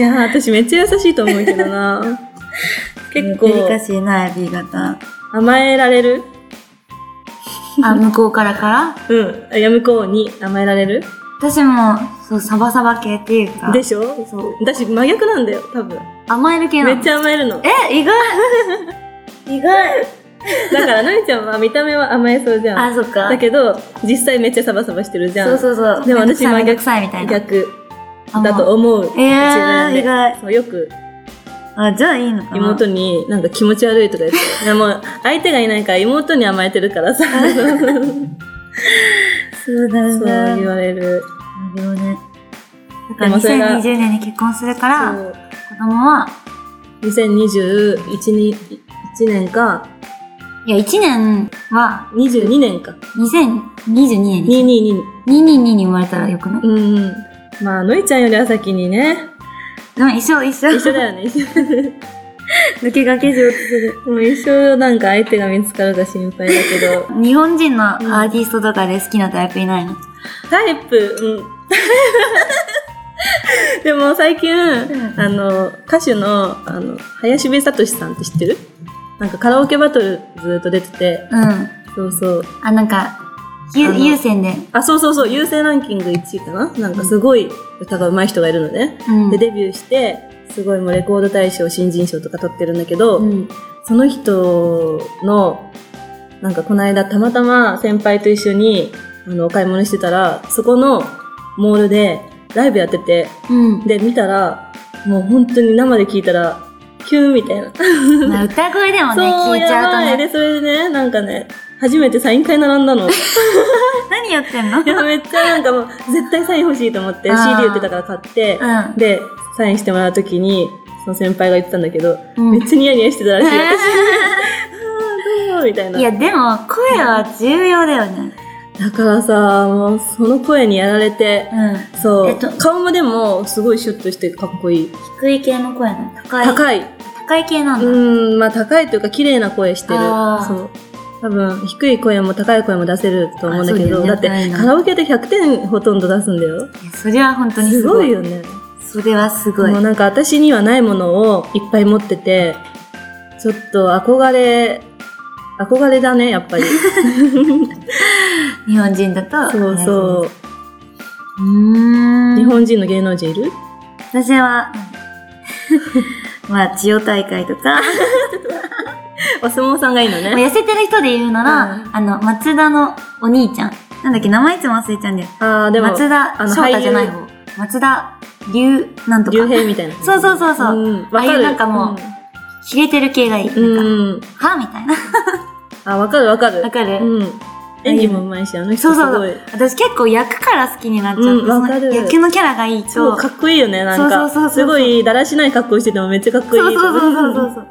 Speaker 2: やー、私めっちゃ優しいと思うけ どな。結構、
Speaker 1: シーない B 型。
Speaker 2: 甘えられる
Speaker 1: あ、向こうからから
Speaker 2: うん。あいやむこうに甘えられる
Speaker 1: 私も、そう、サバサバ系っていうか。
Speaker 2: でしょ
Speaker 1: そう。
Speaker 2: 私真逆なんだよ、多分。
Speaker 1: 甘える系な
Speaker 2: め
Speaker 1: の。
Speaker 2: っちゃ甘えるの。
Speaker 1: え、意外意外。
Speaker 2: だから、なみちゃんは見た目は甘えそうじゃん。
Speaker 1: あ、そっか。
Speaker 2: だけど、実際めっちゃサバサバしてるじゃん。
Speaker 1: そうそうそう。
Speaker 2: でも私
Speaker 1: め
Speaker 2: 真
Speaker 1: んどく
Speaker 2: 逆
Speaker 1: さいめんどくさいみたいな。
Speaker 2: 逆
Speaker 1: あ
Speaker 2: だと思う。
Speaker 1: え
Speaker 2: 自
Speaker 1: ー、
Speaker 2: 分
Speaker 1: 意
Speaker 2: で
Speaker 1: 外。
Speaker 2: そうよく
Speaker 1: あ、じゃあいいのかな。
Speaker 2: 妹になんか気持ち悪いとか言 って。いやもう相手がいないから妹に甘えてるからさ。
Speaker 1: そうだ
Speaker 2: そう
Speaker 1: な
Speaker 2: 言われる。
Speaker 1: なるほどね。だから
Speaker 2: でもそれが
Speaker 1: 2020年に結婚するから、
Speaker 2: そう
Speaker 1: 子供は、
Speaker 2: 2021に1年か、
Speaker 1: いや、1年は
Speaker 2: 22年か。
Speaker 1: 2022年に、
Speaker 2: 222。
Speaker 1: 222に生まれたらよくない、
Speaker 2: うんうん。まあ、のいちゃんよりは先にね。
Speaker 1: でも一緒、一緒。
Speaker 2: 一緒だよね。一緒
Speaker 1: 抜け駆け上手する。
Speaker 2: もう一生なんか相手が見つかるか心配だけど。
Speaker 1: 日本人のアーティストとかで好きなタイプいないの、
Speaker 2: タイプ、うん。 でも最近、
Speaker 1: ん
Speaker 2: あの、歌手の、あの、林部聡さんって知ってるなんかカラオケバトルずっと出てて、
Speaker 1: うん、
Speaker 2: そうそう。
Speaker 1: あ、なんか、
Speaker 2: あ
Speaker 1: ゆ、
Speaker 2: の
Speaker 1: 優先で。
Speaker 2: あ、そうそうそう、優勢ランキング1位かななんかすごい歌が上手い人がいるのね。
Speaker 1: うん。
Speaker 2: で、デビューして、すごいもうレコード大賞、新人賞とか取ってるんだけど、
Speaker 1: うん。
Speaker 2: その人の、なんかこの間たまたま先輩と一緒に、あの、お買い物してたら、そこのモールでライブやってて、
Speaker 1: うん。
Speaker 2: で、見たら、もう本当に生で聞いたら、キュンみたいな。
Speaker 1: まあ歌声でもね、聞いちゃうと
Speaker 2: やばい
Speaker 1: ね。
Speaker 2: で、それでね、なんかね、初めてサイン会並 んだの。い
Speaker 1: 何やってん の
Speaker 2: や、めっちゃなんかもう、絶対サイン欲しいと思って、
Speaker 1: あ
Speaker 2: CD
Speaker 1: ー
Speaker 2: 売ってたから買っ
Speaker 1: う
Speaker 2: て、で、サインしてもらうときに、その先輩が言ってたんだけど、
Speaker 1: ん。
Speaker 2: めっちゃニヤニヤしてたらしい。私、あよみたいない
Speaker 1: や、でも、声は重要だよね。
Speaker 2: だからさもうその声にやられて
Speaker 1: うん。
Speaker 2: そう、
Speaker 1: えっと
Speaker 2: 顔もでもすごいシュッとしてかっこいい
Speaker 1: 低い系の声なの高い。い。
Speaker 2: 高い
Speaker 1: 高い系な
Speaker 2: うん
Speaker 1: だ。
Speaker 2: ーんまあ高いというか綺麗な声してる
Speaker 1: あー
Speaker 2: そう多分低い声も高い声も出せると思うんだけど
Speaker 1: あそうだよね
Speaker 2: だって
Speaker 1: 高いの
Speaker 2: カラオケで100点ほとんど出すんだよ
Speaker 1: いやそれは本当に
Speaker 2: す
Speaker 1: す
Speaker 2: ご
Speaker 1: ごい。
Speaker 2: いよね
Speaker 1: それはすごい
Speaker 2: もう。なんか私にはないものをいっぱい持っててちょっと憧れ憧れだねやっ ぱり
Speaker 1: 日本人だと。
Speaker 2: そうそう
Speaker 1: う。うーん。
Speaker 2: 日本人の芸能人いる
Speaker 1: 私は、 まあ、千代大会と か、
Speaker 2: お相撲さんがいいの
Speaker 1: まあ
Speaker 2: ね
Speaker 1: 痩せてる人で言うなら、
Speaker 2: う
Speaker 1: あの、松田のお兄ちゃん。なんだっけ、名前いつも忘れちゃうんだよ。
Speaker 2: ああでも
Speaker 1: 松田
Speaker 2: あの
Speaker 1: 翔太じゃない
Speaker 2: 俳
Speaker 1: 方。松田龍なんとか。
Speaker 2: 竜兵みたいな
Speaker 1: そうそうそうそう
Speaker 2: うん、
Speaker 1: あ
Speaker 2: わ
Speaker 1: あい
Speaker 2: か
Speaker 1: う
Speaker 2: る
Speaker 1: なんかもう切れてる系がいい。
Speaker 2: うん、
Speaker 1: なんか、
Speaker 2: うん
Speaker 1: 歯みたいな。
Speaker 2: あわかるわかる
Speaker 1: わかる
Speaker 2: うん演技もうまいしあの人す
Speaker 1: そうそう
Speaker 2: ごい
Speaker 1: 私結構役から好きになっちゃって、
Speaker 2: うんわかる
Speaker 1: その役のキャラがいい
Speaker 2: すご
Speaker 1: と。
Speaker 2: いかっこいいよねなんか
Speaker 1: そうそうそうそう
Speaker 2: すごいだらしない格好しててもめっちゃかっこいい
Speaker 1: そうそうそうそうそう。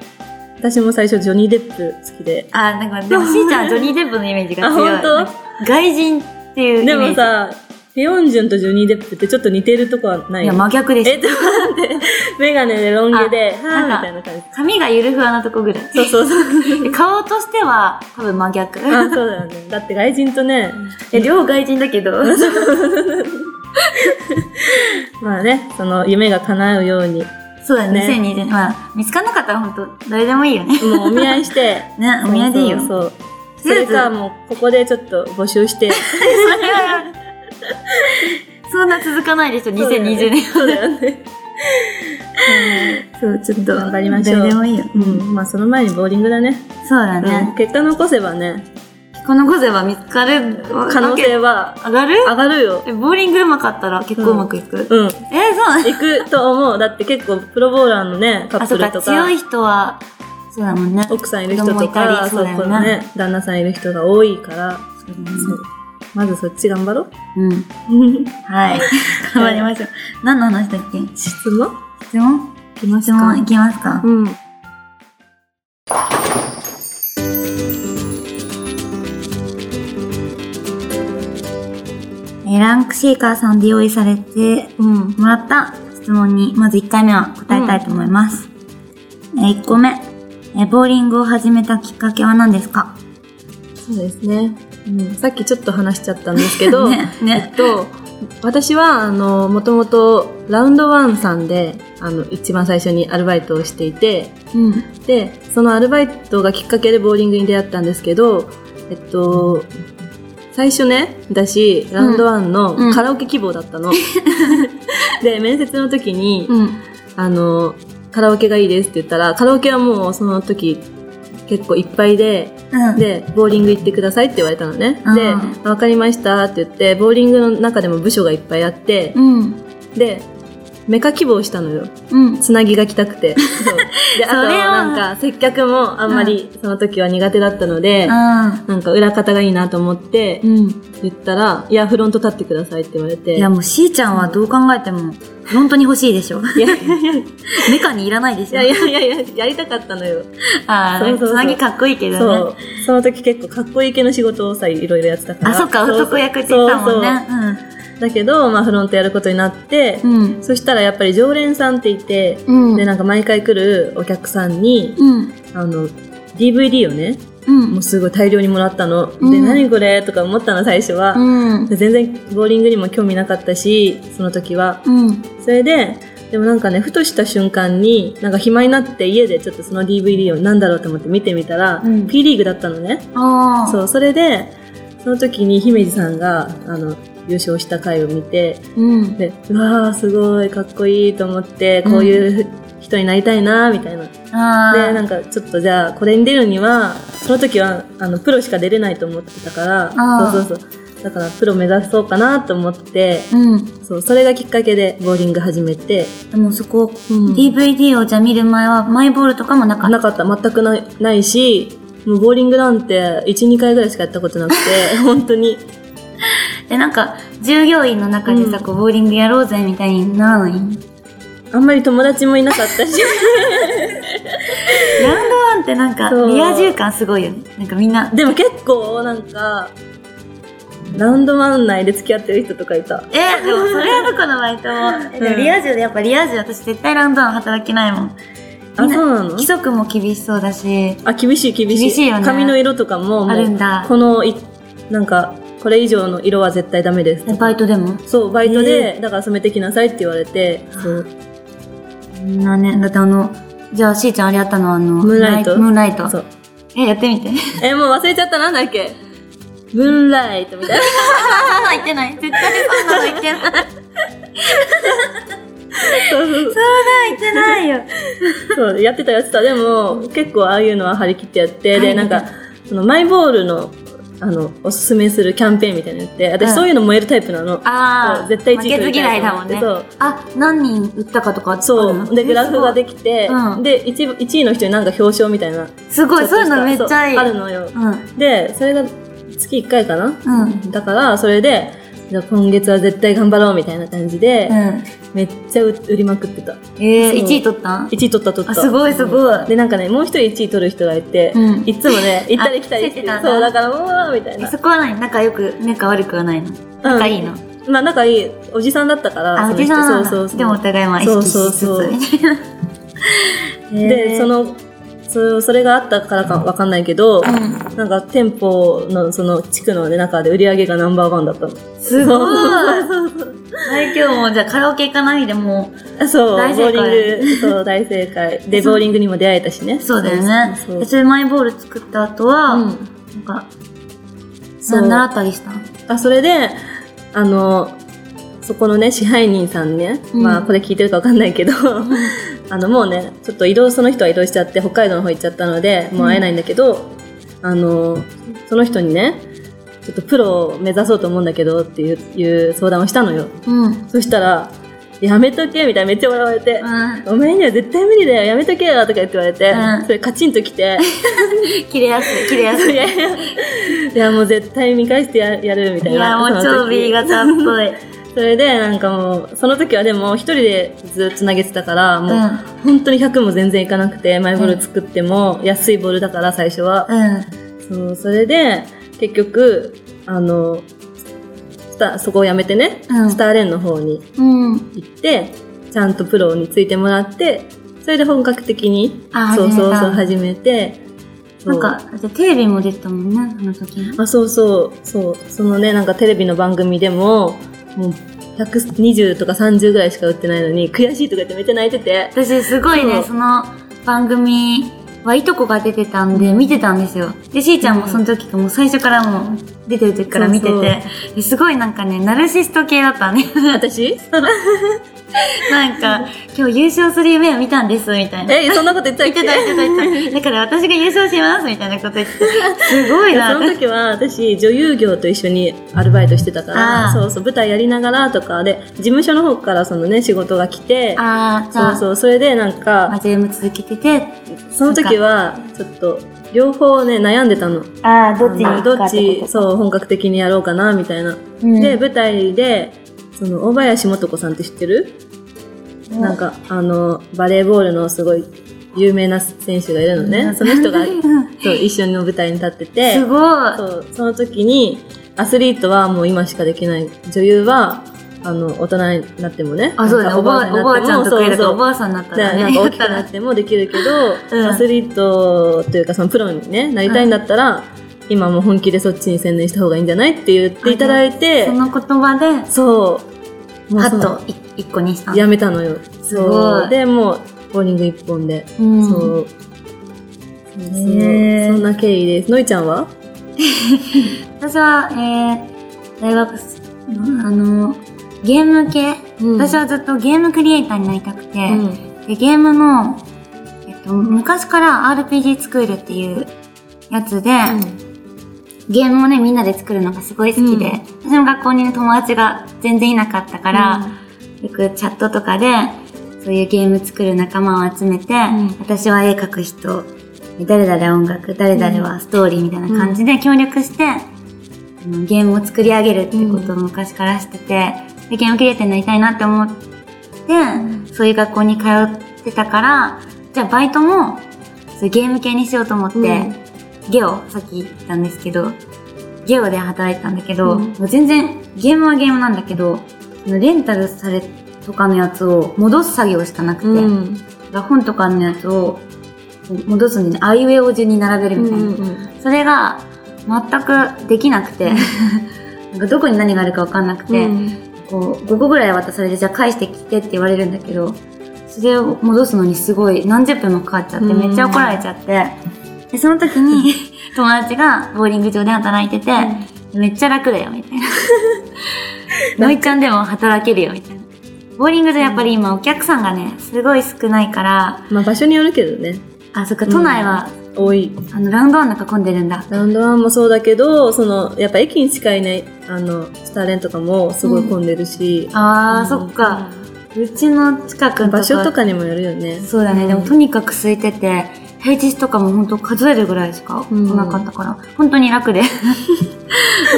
Speaker 2: 私も最初ジョニー・デップ好きで
Speaker 1: あ、なんか、でも、しーちゃんはジョニー・デップのイメージが強い。
Speaker 2: あ本
Speaker 1: 外人っていうイメ
Speaker 2: で
Speaker 1: ー
Speaker 2: も
Speaker 1: ジ。
Speaker 2: さペヨンジュンとジョニー・デップってちょっと似てるとこはない
Speaker 1: いや、真逆で
Speaker 2: え
Speaker 1: す。
Speaker 2: ちょっと待ってメガネでロン毛で
Speaker 1: あ
Speaker 2: はぁみ
Speaker 1: なん
Speaker 2: た
Speaker 1: か
Speaker 2: いな感じ
Speaker 1: 髪がゆるふわなとこぐらい。
Speaker 2: そうそう そう
Speaker 1: で顔としては、多分真逆。
Speaker 2: あそうだよねだって外人とね
Speaker 1: いや両外人だけど。
Speaker 2: まあねその夢が叶うように
Speaker 1: そうだね、
Speaker 2: ね
Speaker 1: 2020年。まあ、見つかんなかったら本当誰でもいいよね。
Speaker 2: もうお見合いして
Speaker 1: ね、お見合いでいいよ。
Speaker 2: そうそうそれかもうここでちょっと募集して
Speaker 1: そんな続かないでしょ、2020年。
Speaker 2: そうだよね
Speaker 1: そう、ちょっと。
Speaker 2: 頑張りましょう
Speaker 1: 誰でもいいよ。
Speaker 2: う。んまあその前にボーリングだね、
Speaker 1: そうだ
Speaker 2: うん
Speaker 1: ね。
Speaker 2: 結果残せばね
Speaker 1: この5勢は見つかる
Speaker 2: 可能性は
Speaker 1: 上がる
Speaker 2: 上がるよ
Speaker 1: えボーリングうまかったら結構うまくいく、え
Speaker 2: うん
Speaker 1: ーそうなん
Speaker 2: 行くと思うだって結構プロボーラーのねカ
Speaker 1: あ、
Speaker 2: ッ
Speaker 1: そ
Speaker 2: プ
Speaker 1: う
Speaker 2: ル
Speaker 1: か、
Speaker 2: とか
Speaker 1: 強い人は、そうだもんね。
Speaker 2: 奥さんいる人と
Speaker 1: 子供いた
Speaker 2: か
Speaker 1: りそうだよね
Speaker 2: このね旦那さんいる人が多い
Speaker 1: そ
Speaker 2: から、
Speaker 1: うだね
Speaker 2: そうまずそっち頑張ろ う
Speaker 1: うん。はい。 頑張りましょう。何の話だっけ
Speaker 2: 質問
Speaker 1: 質問
Speaker 2: いきます
Speaker 1: 質問い
Speaker 2: か
Speaker 1: きますか、
Speaker 2: うん
Speaker 1: えーランクシェイカーさんで用意されて
Speaker 2: うん
Speaker 1: もらった質問に、まず1回目は答えたいと思います。えー1個目、えーボーリングを始めたきっかけは何ですか
Speaker 2: そうですね、うん、さっきちょっと話しちゃったんですけ ど、
Speaker 1: ね、ね。
Speaker 2: えっと私はあのもともとラウンドワンさんであの一番最初にアルバイトをしていて
Speaker 1: うん。
Speaker 2: でそのアルバイトがきっかけでボーリングに出会ったんですけどえっと最初ね私ラウンドワン
Speaker 1: うんう
Speaker 2: の
Speaker 1: ん
Speaker 2: カラオケ希望だったの、 で面接の時に、
Speaker 1: うん。
Speaker 2: あのカラオケがいいですって言ったらカラオケはもうその時結構いっぱいで
Speaker 1: うん。
Speaker 2: でボーリング行ってくださいって言われたのね、
Speaker 1: うん
Speaker 2: で「分かりました」って言ってボーリングの中でも部署がいっぱいあって、
Speaker 1: うん。
Speaker 2: でメカ希望したのよ
Speaker 1: うん。
Speaker 2: つなぎが来たくて そうであと
Speaker 1: それは
Speaker 2: なんか接客もあんまりその時は苦手だったので、
Speaker 1: あ
Speaker 2: なんか裏方がいいなと思って
Speaker 1: ーうん。
Speaker 2: 言ったら「いやフロント立ってください」って言われて
Speaker 1: いやもうしーちゃんはどう考えても、本当に欲しいで しょ。
Speaker 2: いやいやいや
Speaker 1: メカにいらないでしょ。
Speaker 2: いやいやいややりたかったのよ
Speaker 1: あ
Speaker 2: そう
Speaker 1: あ、
Speaker 2: そうそう
Speaker 1: つなぎかっこいいけ
Speaker 2: そ
Speaker 1: どね。
Speaker 2: うその時結構かっこいい系の仕事をさいろいろやってたから
Speaker 1: あ、そっか、男役って言ったもんね。
Speaker 2: だけど、まあ、フロントやることになって、
Speaker 1: うん。
Speaker 2: そしたらやっぱり常連さんっていて、
Speaker 1: うん。
Speaker 2: でなんか毎回来るお客さんに、
Speaker 1: うん。
Speaker 2: あの DVD をね
Speaker 1: うん
Speaker 2: もう。すごい大量にもらったの、
Speaker 1: う
Speaker 2: で
Speaker 1: ん
Speaker 2: 何これとか思ったの最初は、
Speaker 1: うん。
Speaker 2: で全然ボーリングにも興味なかったしその時は
Speaker 1: うん。
Speaker 2: それででもなんかねふとした瞬間になんか暇になって家でちょっとその DVD を何だろうと思って見てみたら、
Speaker 1: うん
Speaker 2: P リーグだったのね
Speaker 1: ああ。
Speaker 2: そうそれでその時に姫路さんがあの優勝した回を見て
Speaker 1: うん。
Speaker 2: でうわーすごいかっこいいと思ってこういう人になりたいなーみたいな、
Speaker 1: ああ。
Speaker 2: でなんかちょっとじゃあこれに出るにはその時はあのプロしか出れないと思ってたから
Speaker 1: あー
Speaker 2: そうそうそうだからプロ目指そうかなと思って
Speaker 1: うん。
Speaker 2: そうそれがきっかけでボーリング始めて、
Speaker 1: でもそこ、
Speaker 2: うん
Speaker 1: DVD をじゃあ見る前は、マイボールとかもなかった。
Speaker 2: なかった全くないないしもうボーリングなんて12回ぐらいしかやったことなく て本当に
Speaker 1: で、なんか、従業員の中でさ、
Speaker 2: うん
Speaker 1: こう、ボーリングやろうぜみたいにならないラウン
Speaker 2: あんまり友達もいなかった
Speaker 1: ド
Speaker 2: し
Speaker 1: ワンってってなんか、
Speaker 2: そう
Speaker 1: リア充感すごいよね。なんかみんな、
Speaker 2: でも結構なんか、ラウンドマウン内で付き合ってる人とかいた。
Speaker 1: え、でもそれはどこのバイトも。えでもリア充でやっぱリア充私絶対ラウンドの働けないもん。
Speaker 2: あ、そうなの
Speaker 1: 規則も厳しそうだし、
Speaker 2: あ、厳しい厳しい。
Speaker 1: 厳しいよね
Speaker 2: 髪の色とかも、もう
Speaker 1: あるんだ
Speaker 2: このい、なんか、これ以上の色は絶対ダメです。
Speaker 1: えバイトでも
Speaker 2: そう、バイトで、だから染めてきなさいって言われて、そう。
Speaker 1: なね、だってあの、じゃあしーちゃんあれやったのあの、
Speaker 2: ムーンライト
Speaker 1: ムーンライト。
Speaker 2: そう
Speaker 1: え、やってみて。
Speaker 2: え、もう忘れちゃった、なんだっけムーンライトみた いな。
Speaker 1: ああ、言ってない。絶対 そんなの言ってない。
Speaker 2: そう
Speaker 1: 言ってないよ。
Speaker 2: そう、やってたやってた。でも、結構ああいうのは張り切ってやって、
Speaker 1: は
Speaker 2: で、
Speaker 1: い
Speaker 2: なんか、そのマイボールの、あの、おすすめするキャンペーンみたいなのやって、私
Speaker 1: うん
Speaker 2: そういうの燃えるタイプなの。
Speaker 1: あ
Speaker 2: そ
Speaker 1: あ、
Speaker 2: う絶対1
Speaker 1: 負
Speaker 2: 位
Speaker 1: けず
Speaker 2: 取りた
Speaker 1: 嫌
Speaker 2: い
Speaker 1: い
Speaker 2: と
Speaker 1: だ
Speaker 2: 思
Speaker 1: も
Speaker 2: っ
Speaker 1: ん
Speaker 2: て
Speaker 1: ね。あ、何人売ったかとかあるの
Speaker 2: そう。で、グラフができて、
Speaker 1: うん
Speaker 2: で、1, 位の人になんか表彰みたいな。
Speaker 1: すごい、そういうのめっちゃいい。
Speaker 2: そうあるのよ。
Speaker 1: うん。
Speaker 2: で、それが月1回かな、
Speaker 1: うん
Speaker 2: だから、それで、じゃあ今月は絶対頑張ろうみたいな感じで、
Speaker 1: うん。
Speaker 2: めっちゃ売売りまくってた。
Speaker 1: えー、
Speaker 2: そう
Speaker 1: 1位取ったん
Speaker 2: 1位取った取った。
Speaker 1: あすごいすごい
Speaker 2: で、なんかね、もう一人1位取る人がいて、
Speaker 1: うん
Speaker 2: いつもね、行ったり来たりして
Speaker 1: 競ってたんだ
Speaker 2: そう、だから、うわーみたいな。
Speaker 1: そこは何仲良く、仲悪くはないの仲いいの、
Speaker 2: まあ、仲いいおじさんだったから、
Speaker 1: あ、
Speaker 2: そ
Speaker 1: お
Speaker 2: の人
Speaker 1: じさんなんだ
Speaker 2: そうそうそう。
Speaker 1: でもお互いまあ意識しつつ
Speaker 2: そうそうそう
Speaker 1: みたいな。
Speaker 2: で、
Speaker 1: の、
Speaker 2: その、そそれがあったからかわかんないけど、
Speaker 1: う
Speaker 2: なんか店舗のその地区の、ね、中で売り上げがナンバーワンだったの。
Speaker 1: すごい
Speaker 2: そう
Speaker 1: はい、今日もじゃあカラオケ行かないでも
Speaker 2: あそう、
Speaker 1: 大
Speaker 2: ボ
Speaker 1: 正解
Speaker 2: ーリング、そう、大正解。で、
Speaker 1: そう
Speaker 2: ボーリングにも出会えたしね。
Speaker 1: う、そうだよね。
Speaker 2: そうそ
Speaker 1: で
Speaker 2: うそう
Speaker 1: それマイボール作った後は、
Speaker 2: う
Speaker 1: なん
Speaker 2: ん
Speaker 1: か、
Speaker 2: そ
Speaker 1: そうう習ったりしたの
Speaker 2: あ、それで、あの、そこのね、支配人さんね、
Speaker 1: うん
Speaker 2: まあ、これ聞いてるかわかんないけど、 あの、もうね、ちょっと移動、その人は移動しちゃって、北海道の方行っちゃったので、もう会えないんだけど、あの、その人にね、ちょっとプロを目指そうと思うんだけどっていういう相談をしたのよ。
Speaker 1: うん。うん。
Speaker 2: そしたら、やめとけみたいなめっちゃ笑われて、お前には絶対無理だよ、やめとけよとか言って言われて、
Speaker 1: うん
Speaker 2: それカチンと きて、
Speaker 1: 切れやすい、切れやす
Speaker 2: い
Speaker 1: い。
Speaker 2: やいや、いやもう絶対見返してややるみたい
Speaker 1: い
Speaker 2: な。
Speaker 1: や、もう
Speaker 2: その
Speaker 1: 超
Speaker 2: 時
Speaker 1: B 型っぽ い。
Speaker 2: それでなんかもうその時はでも一人でずっと投げてたからもう、
Speaker 1: うん
Speaker 2: 本当に100も全然いかなくてマイボール作っても安いボールだから最初は、
Speaker 1: うん。
Speaker 2: そうそれで結局あのスタそこをやめてね、
Speaker 1: うん
Speaker 2: スターレンの方に
Speaker 1: うん。
Speaker 2: 行ってちゃんとプロについてもらってそれで本格的に
Speaker 1: あ
Speaker 2: そうそうそう
Speaker 1: 始
Speaker 2: 始めて
Speaker 1: なん
Speaker 2: そう
Speaker 1: か、じゃあテレビも出てたもんね、その時。
Speaker 2: あそうそうそうそのねなんかテレビの番組でももう120とか30ぐらいしか売ってないのに悔しいとか言ってめっちゃ泣いてて
Speaker 1: 私すごい
Speaker 2: そ
Speaker 1: ね
Speaker 2: う
Speaker 1: その番組はいとこが出てたんで見てたんですよでしーちゃんもその時もう最初からもう出てる時から見てて
Speaker 2: そう
Speaker 1: ですごいなんかねナルシスト系だった ね
Speaker 2: 私
Speaker 1: なんか今日優勝する夢を見たんですみたいな
Speaker 2: えそんなこと言ってたっ
Speaker 1: 言って
Speaker 2: け
Speaker 1: た言ってた言ってただから私が優勝しますみたいなこと言っててすごい
Speaker 2: いやそ
Speaker 1: な
Speaker 2: の時は私女優業と一緒にアルバイトしてたか
Speaker 1: あ
Speaker 2: ら
Speaker 1: あ
Speaker 2: そうそう舞台やりながらとかで事務所の方からそのね仕事が来て
Speaker 1: あーじゃ
Speaker 2: そ
Speaker 1: あ
Speaker 2: うそうそれでなん
Speaker 1: まあ
Speaker 2: か
Speaker 1: JM 続けてて
Speaker 2: その時はちょっと両方ね悩んでたの
Speaker 1: ああ
Speaker 2: あのどっちそう本格的にやろうかなみたいな
Speaker 1: うん
Speaker 2: で、舞台で、その、大林素子さんって知ってる、なんか、あの、バレーボールのすごい有名な選手がいるのね。そ の人が、そう、一緒の舞台に立ってて、
Speaker 1: すごい
Speaker 2: そう、その時に、アスリートはもう今しかできない。女優は、あの、大人になってもね。
Speaker 1: あ、そうだね。おば
Speaker 2: な
Speaker 1: あ、
Speaker 2: んか
Speaker 1: おばあちゃんとかいる
Speaker 2: そう
Speaker 1: と
Speaker 2: そう
Speaker 1: おばあさんになった
Speaker 2: じゃ
Speaker 1: ら
Speaker 2: あ
Speaker 1: ね。
Speaker 2: なんか大きくな
Speaker 1: やっ
Speaker 2: ってもできるけど、
Speaker 1: うん
Speaker 2: アスリートというかそのプロにねなりたいんだったら、今もう本気でそっちに専念した方がいいんじゃないって言っていただい
Speaker 1: たら
Speaker 2: て
Speaker 1: その言葉で、
Speaker 2: そう
Speaker 1: ハ
Speaker 2: もうそ
Speaker 1: ッ
Speaker 2: の
Speaker 1: とい一個にした。
Speaker 2: やめたのよ
Speaker 1: すごい
Speaker 2: そうでもうボーリング一本で、
Speaker 1: うん
Speaker 2: そうそう
Speaker 1: へー
Speaker 2: そんな経緯ですのいちゃんは
Speaker 1: 私は、えー、大学す、うんあの、ゲーム系、
Speaker 2: うん
Speaker 1: 私はずっとゲームクリエイターになりたくて、
Speaker 2: うん
Speaker 1: でゲームの、えっと、昔から RPG スクールっていうやつで、ゲームをね、みんなで作るのがすごい好きで、私の学校にね、友達が全然いなかったから、よくチャットとかで、そういうゲーム作る仲間を集めて、
Speaker 2: ん
Speaker 1: 私は絵描く人、誰々は音楽、誰々はストーリーみたいな感じで協力して、あのゲームを作り上げるってことを昔からしてて、でゲームクリエイターになりたいなって思って、そういう学校に通ってたから、じゃあバイトも、そうゲーム系にしようと思って、
Speaker 2: うん
Speaker 1: ゲオ、さっき言ったんですけど、ゲオで働いてたんだけど、
Speaker 2: うん
Speaker 1: もう全然、ゲームはゲームなんだけど、レンタルされとかのやつを戻す作業しかなくて、
Speaker 2: うん。
Speaker 1: だから本とかのやつを戻すんで、あいうえお順に並べるみたいな。それが全くできなく て、なんかどこに何があるかわかんなくて、こう5個ぐらい渡されて、じゃあ返してきてって言われるんだけど、それを戻すのにすごい何十分もかかっちゃって、
Speaker 2: うん
Speaker 1: めっちゃ怒られちゃって、で、その時 に友達がボーリング場で働いてて、めっちゃ楽だよ、みたい な。のいちゃんでも働けるよ、みたいな。ボーリング場やっぱり今お客さんがね、すごい少ないから、
Speaker 2: まあ場所によるけどね。
Speaker 1: あ、そっか、都内は、
Speaker 2: 多い。
Speaker 1: あの、ラウンドワンが囲んでるんだ。
Speaker 2: ラウンドワンもそうだけど、その、やっぱ駅にしかいない、あの、スターレンとかもすごい混んでるし。
Speaker 1: あー、
Speaker 2: う
Speaker 1: そ
Speaker 2: ん
Speaker 1: っか。うちの近くのとか
Speaker 2: 場所とかにもよるよね。
Speaker 1: そうだね、
Speaker 2: うん
Speaker 1: でもとにかく空いてて平日とかも本当数えるぐらいしか来なかったから、本当に楽 でほ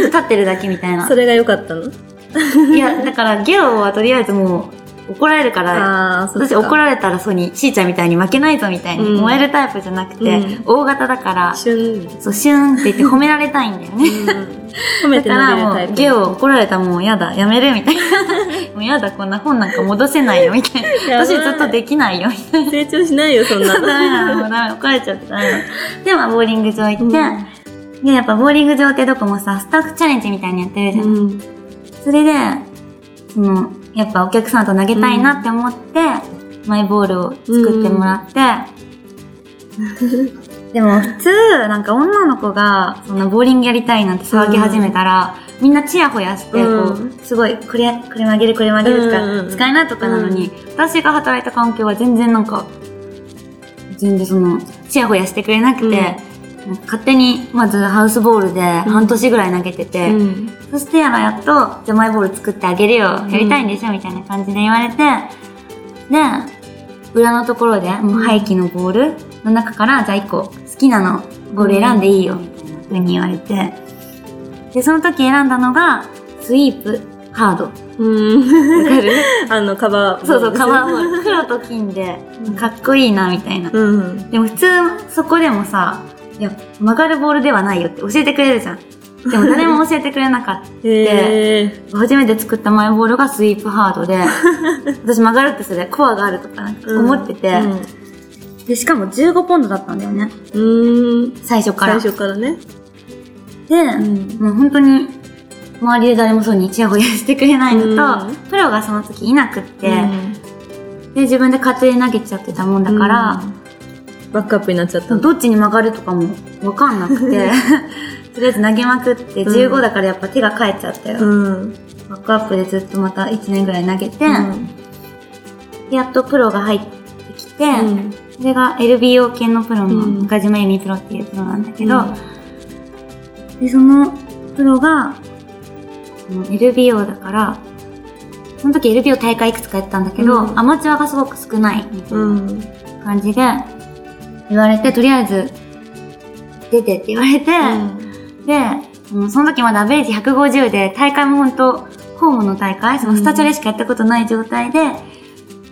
Speaker 1: んと立ってるだけみたいな
Speaker 2: それが良かったの
Speaker 1: いやだからゲオはとりあえずもう怒られるから
Speaker 2: ああ、そっ
Speaker 1: 私
Speaker 2: か。
Speaker 1: 怒られたらそうにしーちゃんみたいに負けないぞみたいに、
Speaker 2: うん
Speaker 1: 燃えるタイプじゃなくて、
Speaker 2: うん
Speaker 1: 大型だから
Speaker 2: 旬。
Speaker 1: そうシューンって言って褒められたいんだよね
Speaker 2: 褒め
Speaker 1: だ
Speaker 2: て
Speaker 1: か
Speaker 2: 伸びる
Speaker 1: ら
Speaker 2: タイ
Speaker 1: もう
Speaker 2: プ。
Speaker 1: ゲオ怒られたらもうやだやめるみたいな もうやだこんな本なんか戻せないよみたいな
Speaker 2: やばい
Speaker 1: 私ずっとできないよみたいな
Speaker 2: 成長しないよ、そん
Speaker 1: ダメ
Speaker 2: な。
Speaker 1: なの、ダメ、怒られちゃってダメなの。で、まあ、ボーリング場行って、
Speaker 2: う
Speaker 1: で、やっぱボーリング場ってどこもさ、スタッフチャレンジみたいにやってるじゃん。
Speaker 2: ん。
Speaker 1: それで、その、やっぱお客さんと投げたいなって思って、マイボールを作ってもらって、でも普通、なんか女の子が、そんなボーリングやりたいなんて騒ぎ始めたら、みんなチヤホヤして、こ
Speaker 2: うん
Speaker 1: う、すごい、これ、これ曲げる、これ曲げると
Speaker 2: うん
Speaker 1: か、使えないとかなのに、私が働いた環境は全然なんか、全然その、チヤホヤしてくれなくて、
Speaker 2: うん
Speaker 1: なんか勝手に、まずハウスボールで半年ぐらい投げてて、
Speaker 2: うん。
Speaker 1: そしてやらやっと、じゃあマイボール作ってあげるよ。や
Speaker 2: ん
Speaker 1: りたいんでしょ、みたいな感じで言われて、で、裏のところで、もう廃棄のボールの中から、じゃあ一個好きなのボール選んでいいよ、みたいな風に言われて、で、その時選んだのが、スイープ、ハード。
Speaker 2: うん。
Speaker 1: わかる
Speaker 2: あの、カバ ー。
Speaker 1: そうそう、カバーボール。黒と金で
Speaker 2: うん、
Speaker 1: かっこいいな、みたいな。
Speaker 2: うん。
Speaker 1: でも普通、そこでもさ、いや、曲がるボールではないよって教えてくれるじゃん。でも誰も教えてくれなかった。
Speaker 2: へえ。
Speaker 1: 初めて作ったマイボールがスイープハードで、私曲がるってそれコアがあるとかなんか思ってて、で、しかも15ポンドだったんだよね、
Speaker 2: うん。うん。
Speaker 1: 最初か
Speaker 2: 最
Speaker 1: ら。で、
Speaker 2: 初からね。ん
Speaker 1: もう本当に、周りで誰もそうにチヤホヤしてくれないのと、
Speaker 2: うん
Speaker 1: プロがその時いなくって、で、自分で勝手に投げちゃってたもんだから、
Speaker 2: バックアップになっちゃった
Speaker 1: どっちに曲がるとかもわかんなくて、とりあえず投げまくって、
Speaker 2: うん
Speaker 1: 15だからやっぱ手が返っちゃったよ。
Speaker 2: うん。
Speaker 1: バックアップでずっとまた1年ぐらい投げて、
Speaker 2: うん。
Speaker 1: でやっとプロが入ってきて、それが LBO 系のプロの
Speaker 2: うん
Speaker 1: 中島由美プロっていうプロなんだけど、でそのプロがその LBO だからその時 LBO 大会いくつかやってたんだけど、
Speaker 2: うん
Speaker 1: アマチュアがすごく少ないみたい
Speaker 2: うん。
Speaker 1: な感じで言われて、とりあえず出てって言われて、で、うんその時まだアベレージ150で、大会も本当ホームの大会、そのスタチャレしかやったことない状態で、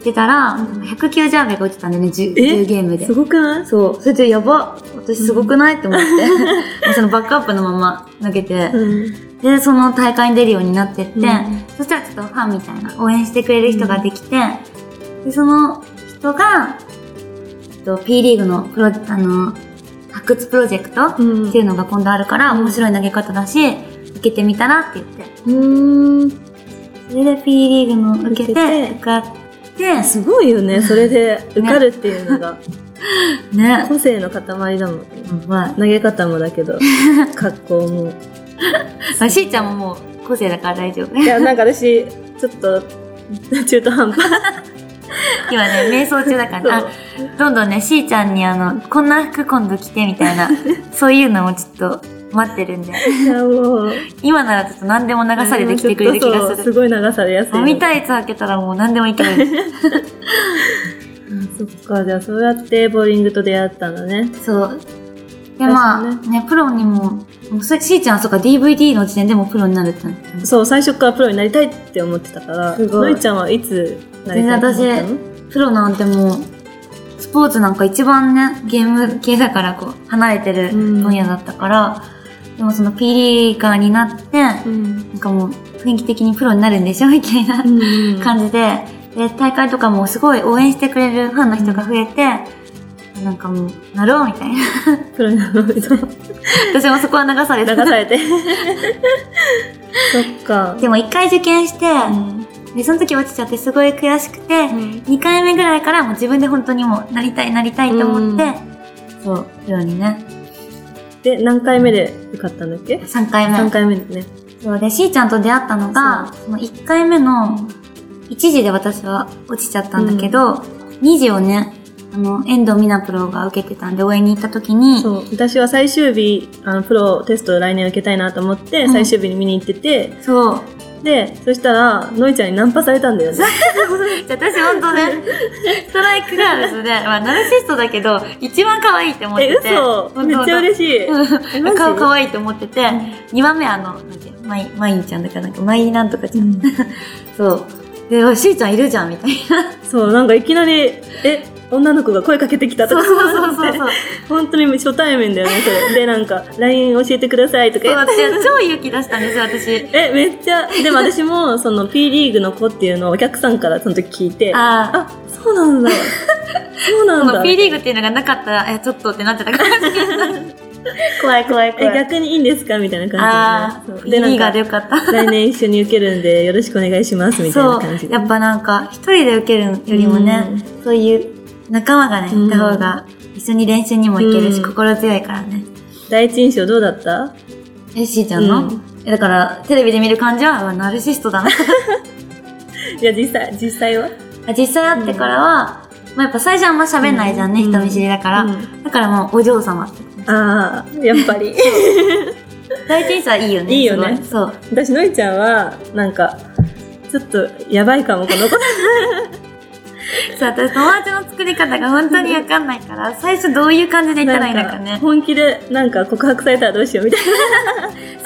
Speaker 1: 出たら、
Speaker 2: ん
Speaker 1: 190アベが落ちたんだよね、10,
Speaker 2: え
Speaker 1: 10ゲームで。
Speaker 2: すごくない
Speaker 1: そう。それでやば私すごくないって 思って。そのバックアップのまま投げて、
Speaker 2: うん。
Speaker 1: で、その大会に出るようになってって、
Speaker 2: うん
Speaker 1: そしたらちょっとファンみたいな、応援してくれる人ができて、で、その人が、えっと P リーグのプロ、あの、発掘プロジェクト
Speaker 2: うん
Speaker 1: っていうのが今度あるから、
Speaker 2: うん
Speaker 1: 面白い投げ方だし、受けてみたらって言って。
Speaker 2: うん。
Speaker 1: それで P リーグの受け
Speaker 2: 受け
Speaker 1: て、
Speaker 2: て
Speaker 1: 受かって、
Speaker 2: すごいよね。それで受かるっていうのが。
Speaker 1: ね。
Speaker 2: 個性の塊だもん。
Speaker 1: まあ、
Speaker 2: 投げ方もだ けど、格好も。
Speaker 1: まあしーちゃんももう個性だから大丈夫。
Speaker 2: いや、なんか私、ちょっと、中途半端。
Speaker 1: 今ね、瞑想中だから、あどんどんね、しーちゃんにあの、こんな服今度着てみ たいな、そういうのをちょっと待ってるんで、
Speaker 2: いや、もう。
Speaker 1: 今ならちょっと何 でも流されてきてくれる気
Speaker 2: そ
Speaker 1: が
Speaker 2: う
Speaker 1: す
Speaker 2: す
Speaker 1: る。
Speaker 2: ごい流されやすい
Speaker 1: もみたいつ開けたらもう何でもいけ る。
Speaker 2: そっかじゃあそうやってボーリングと出会ったんだね
Speaker 1: そう。で、まあ、
Speaker 2: 確
Speaker 1: ね、プロにも、もうそしーちゃんはそうか、DVD の時点でもうプロになるってなったの
Speaker 2: そう最初からプロになりたいって思ってたから
Speaker 1: すごい
Speaker 2: のりちゃんはいつなりたいと思ったの
Speaker 1: 全然プロなんてもう、スポーツなんか一番ね、ゲーム系だからこう、離れてる分野だったから、でもその P リーガーになって、
Speaker 2: うん。
Speaker 1: なんかもう、雰囲気的にプロになるんでしょみたいな感じで、で、大会とかもすごい応援してくれるファンの人が増えて、なんかもう、なろうみたいな。
Speaker 2: プロなのに流 さ
Speaker 1: 私もそこは流された。
Speaker 2: れて。そっか。
Speaker 1: でも一回受験して、
Speaker 2: うん
Speaker 1: で、その時落ちちゃってすごい悔しくて、
Speaker 2: うん
Speaker 1: 2回目ぐらいからもう自分で本当にもうなりたいなりたいと思って、
Speaker 2: う
Speaker 1: そう、プロにね、
Speaker 2: で、何回目で受かったんだっけ
Speaker 1: 3回目。
Speaker 2: ?3 回目でね。
Speaker 1: そうで、しーちゃんと出会ったのが、その1回目の、1時で私は落ちちゃったんだけど、2時をね、あの、遠藤美奈プロが受けてたんで応援に行った時に、
Speaker 2: そう。私は最終日、あの、プロテストを来年受けたいなと思って、
Speaker 1: うん
Speaker 2: 最終日に見に行ってて、
Speaker 1: そう。
Speaker 2: で、そしたら、のいちゃんにナンパされたんだよ ね。
Speaker 1: じゃあ私本当ね、 ストライクガールズで、まあナルシストだけど、一番可愛いって思っ
Speaker 2: え、
Speaker 1: てて。
Speaker 2: 嘘めっちゃ嬉しい。
Speaker 1: し
Speaker 2: マジ
Speaker 1: 顔可愛いと思ってて、2番目あの、なんていうのマイ、マインちゃんだからなんか、マイなんとかちゃん。 そう。で、おしーちゃんいるじゃん、みたいな。
Speaker 2: そう、なんかいきなり、え、女の子が声かけてきたと
Speaker 1: そう
Speaker 2: か。
Speaker 1: そうそうそう そう。
Speaker 2: 本当に初対面だよね、それ。で、なんか、LINE 教えてくださいとか
Speaker 1: そう
Speaker 2: 言って。
Speaker 1: 私超勇気出したんですよ、私。
Speaker 2: え、めっちゃ、でも私も、その P リーグの子っていうのをお客さんからその時聞いて、
Speaker 1: ああ。
Speaker 2: あ、そうなんだ。そう
Speaker 1: そ
Speaker 2: なん
Speaker 1: の
Speaker 2: だ。
Speaker 1: P リーグっていうのがなかったら、え、ちょっとってなってたから。
Speaker 3: 怖い怖い
Speaker 2: え、
Speaker 3: 怖い。
Speaker 2: 逆にいいんですかみたいな
Speaker 1: あ
Speaker 2: 感じ
Speaker 1: あ、
Speaker 2: で、ね。そう
Speaker 1: P リーガーで
Speaker 2: で、
Speaker 1: よかった。
Speaker 2: 来年一緒に受けるんで、よろしくお願いします、みたいな感じで。
Speaker 1: やっぱなんか、一人で受けるよりもね、そういう仲間がね、
Speaker 2: うん
Speaker 1: いた方が、一緒に練習にも行けるし、
Speaker 2: うん
Speaker 1: 心強いからね。
Speaker 2: 第一印象どうだった
Speaker 1: え、しーちゃんの、
Speaker 2: うん
Speaker 1: えだから、テレビで見る感じは、うわナルシスト だな。
Speaker 2: いや、実際、実際は
Speaker 1: あ実際会ってからは、まあやっぱ最初あんま喋んないじゃんね、
Speaker 2: うん
Speaker 1: 人見知りだから。
Speaker 2: うん
Speaker 1: だからもう、お嬢様って。
Speaker 2: ああ、やっぱり。
Speaker 1: 大体さ、いいよね。
Speaker 2: いいよね
Speaker 1: すごいそう。
Speaker 2: 私のいちゃんはなんかちょっとやばいかもこの子
Speaker 1: そう、私友達の作り方が本当にわかんないから、最初どういう感じで言ったらいいのか
Speaker 2: なんか
Speaker 1: ね。
Speaker 2: 本気でなんか告白されたらどうしようみたい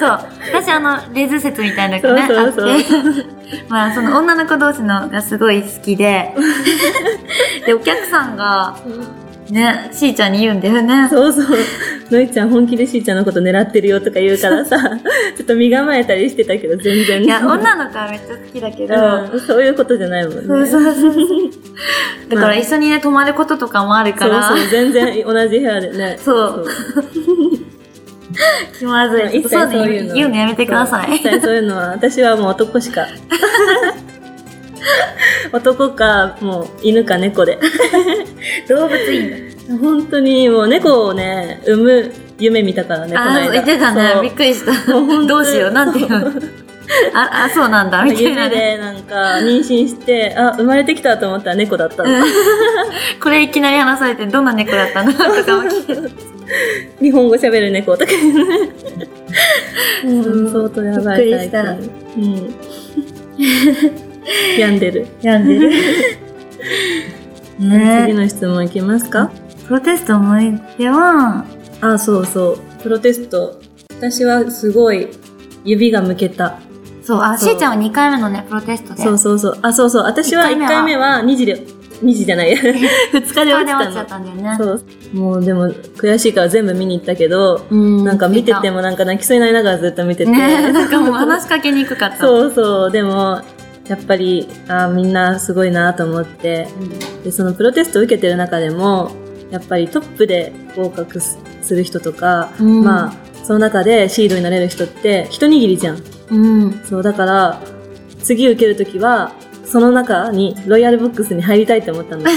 Speaker 2: な
Speaker 1: そう。私あの、レズ説みたいなのがね、
Speaker 2: そうそうそう
Speaker 1: あって。 まあ、その女の子同士のがすごい好きで。で、お客さんが、ね、しーちゃんに言うんだよね。
Speaker 2: そうそうのいちゃん本気でしーちゃんのこと狙ってるよとか言うから さちょっと身構えたりしてたけど全然
Speaker 1: いや、女の子はめっちゃ好きだけど、
Speaker 2: うんそういうことじゃないもんね
Speaker 1: そうそうそうそう。だか
Speaker 2: まあ
Speaker 1: ら一緒にね、泊まることとかもあるか
Speaker 2: そう
Speaker 1: ら、
Speaker 2: そう全然同じ部屋でね
Speaker 1: そう気まずい。
Speaker 2: 一切
Speaker 1: そうね
Speaker 2: そういうの
Speaker 1: 言うのやめてくださ
Speaker 2: そう
Speaker 1: い
Speaker 2: 一。切そういうのは私はもう男 しか男かもう犬か猫 で
Speaker 1: 動物院。
Speaker 2: 本当にもう猫をね産む夢見たからねこの
Speaker 1: あ、
Speaker 2: 間
Speaker 1: 言ってた
Speaker 2: そ
Speaker 1: ね。
Speaker 2: う
Speaker 1: びっくりし
Speaker 2: もう本当
Speaker 1: た。
Speaker 2: に
Speaker 1: どうしよう、なんていうの。あ、あ、そうなんだ、みたいなね。
Speaker 2: 夢でなんか妊娠してあ生まれてきたと思ったら猫だったの、
Speaker 1: これいきなり話されてどんな猫だったのとかも聞いて
Speaker 2: 日本語喋る猫とかうん相当やばい
Speaker 1: びっくりした
Speaker 2: 最近うん病んでる
Speaker 1: 病んでる
Speaker 2: 次
Speaker 1: ね
Speaker 2: の質問いきますか
Speaker 1: えプロテスト思い出は
Speaker 2: あそうそうプロテスト私はすごい指が向けた
Speaker 1: そうあ
Speaker 2: そう
Speaker 1: しーちゃんは2回目のねプロテストで
Speaker 2: そうそうそうあそうそう私は1
Speaker 1: 一
Speaker 2: 回
Speaker 1: 回
Speaker 2: 目
Speaker 1: 目
Speaker 2: は2時で2時じゃない2日で落ちた
Speaker 1: それで
Speaker 2: の
Speaker 1: 落ちちゃったんだよね
Speaker 2: そう。もうでも悔しいから全部見に行ったけど、
Speaker 1: う
Speaker 2: なんか見てて
Speaker 1: も
Speaker 2: もなんか泣きそうになりながらずっと見てて。
Speaker 1: ねえなんかもう話しかけにくかった
Speaker 2: そうそう。でも、やっぱり、あーみんなすごいなと思って。
Speaker 1: う
Speaker 2: で、そのプロテストを受けてる中でも、やっぱりトップで合格すする人とか、
Speaker 1: うん
Speaker 2: まあ、その中でシードになれる人って一握りじゃん。
Speaker 1: ん、うん、
Speaker 2: そう、だから、次受けるときは、その中に、ロイヤルボックスに入りたいと 思ったんだ。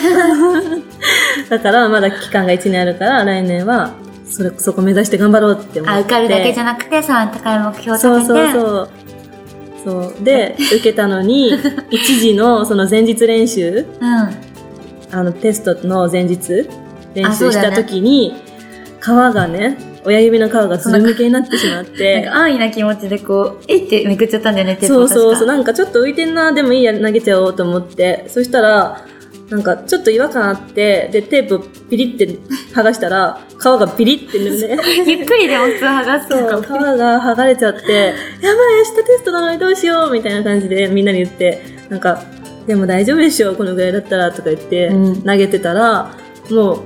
Speaker 2: だから、まだ期間が1年あるから、来年は、それ、そこ目指して頑張ろうって思って。
Speaker 1: あ受かるだけじゃ
Speaker 2: な
Speaker 1: なくてさ高い目標を立てて
Speaker 2: そうそうそう。そう。で、受けたの に、一時の、その前日練習、
Speaker 1: うん
Speaker 2: あの、テストの前日、練
Speaker 1: あそ
Speaker 2: 習
Speaker 1: う
Speaker 2: し
Speaker 1: だよ
Speaker 2: た
Speaker 1: ね
Speaker 2: ときに、皮がね、親指の皮がずる向けになってしまっ
Speaker 1: なん
Speaker 2: て
Speaker 1: か、安易な気持ちでこうえいってめくっちゃったんだよねテープ
Speaker 2: そうそうそう
Speaker 1: 確か
Speaker 2: なんかちょっと浮いてんなでもいいや投げちゃおうと思ってそしたらなんかちょっと違和感あってでテープピリって剥がしたら皮がピリってね
Speaker 1: ゆっくりでも普通剥がすと
Speaker 2: そう皮
Speaker 1: か
Speaker 2: が剥がれちゃってやばい明日テストなのにどうしようみたいな感じでみんなに言ってなんかでも大丈夫でしょこのぐらいだったらとか言って
Speaker 1: うん
Speaker 2: 投げてたら、もう、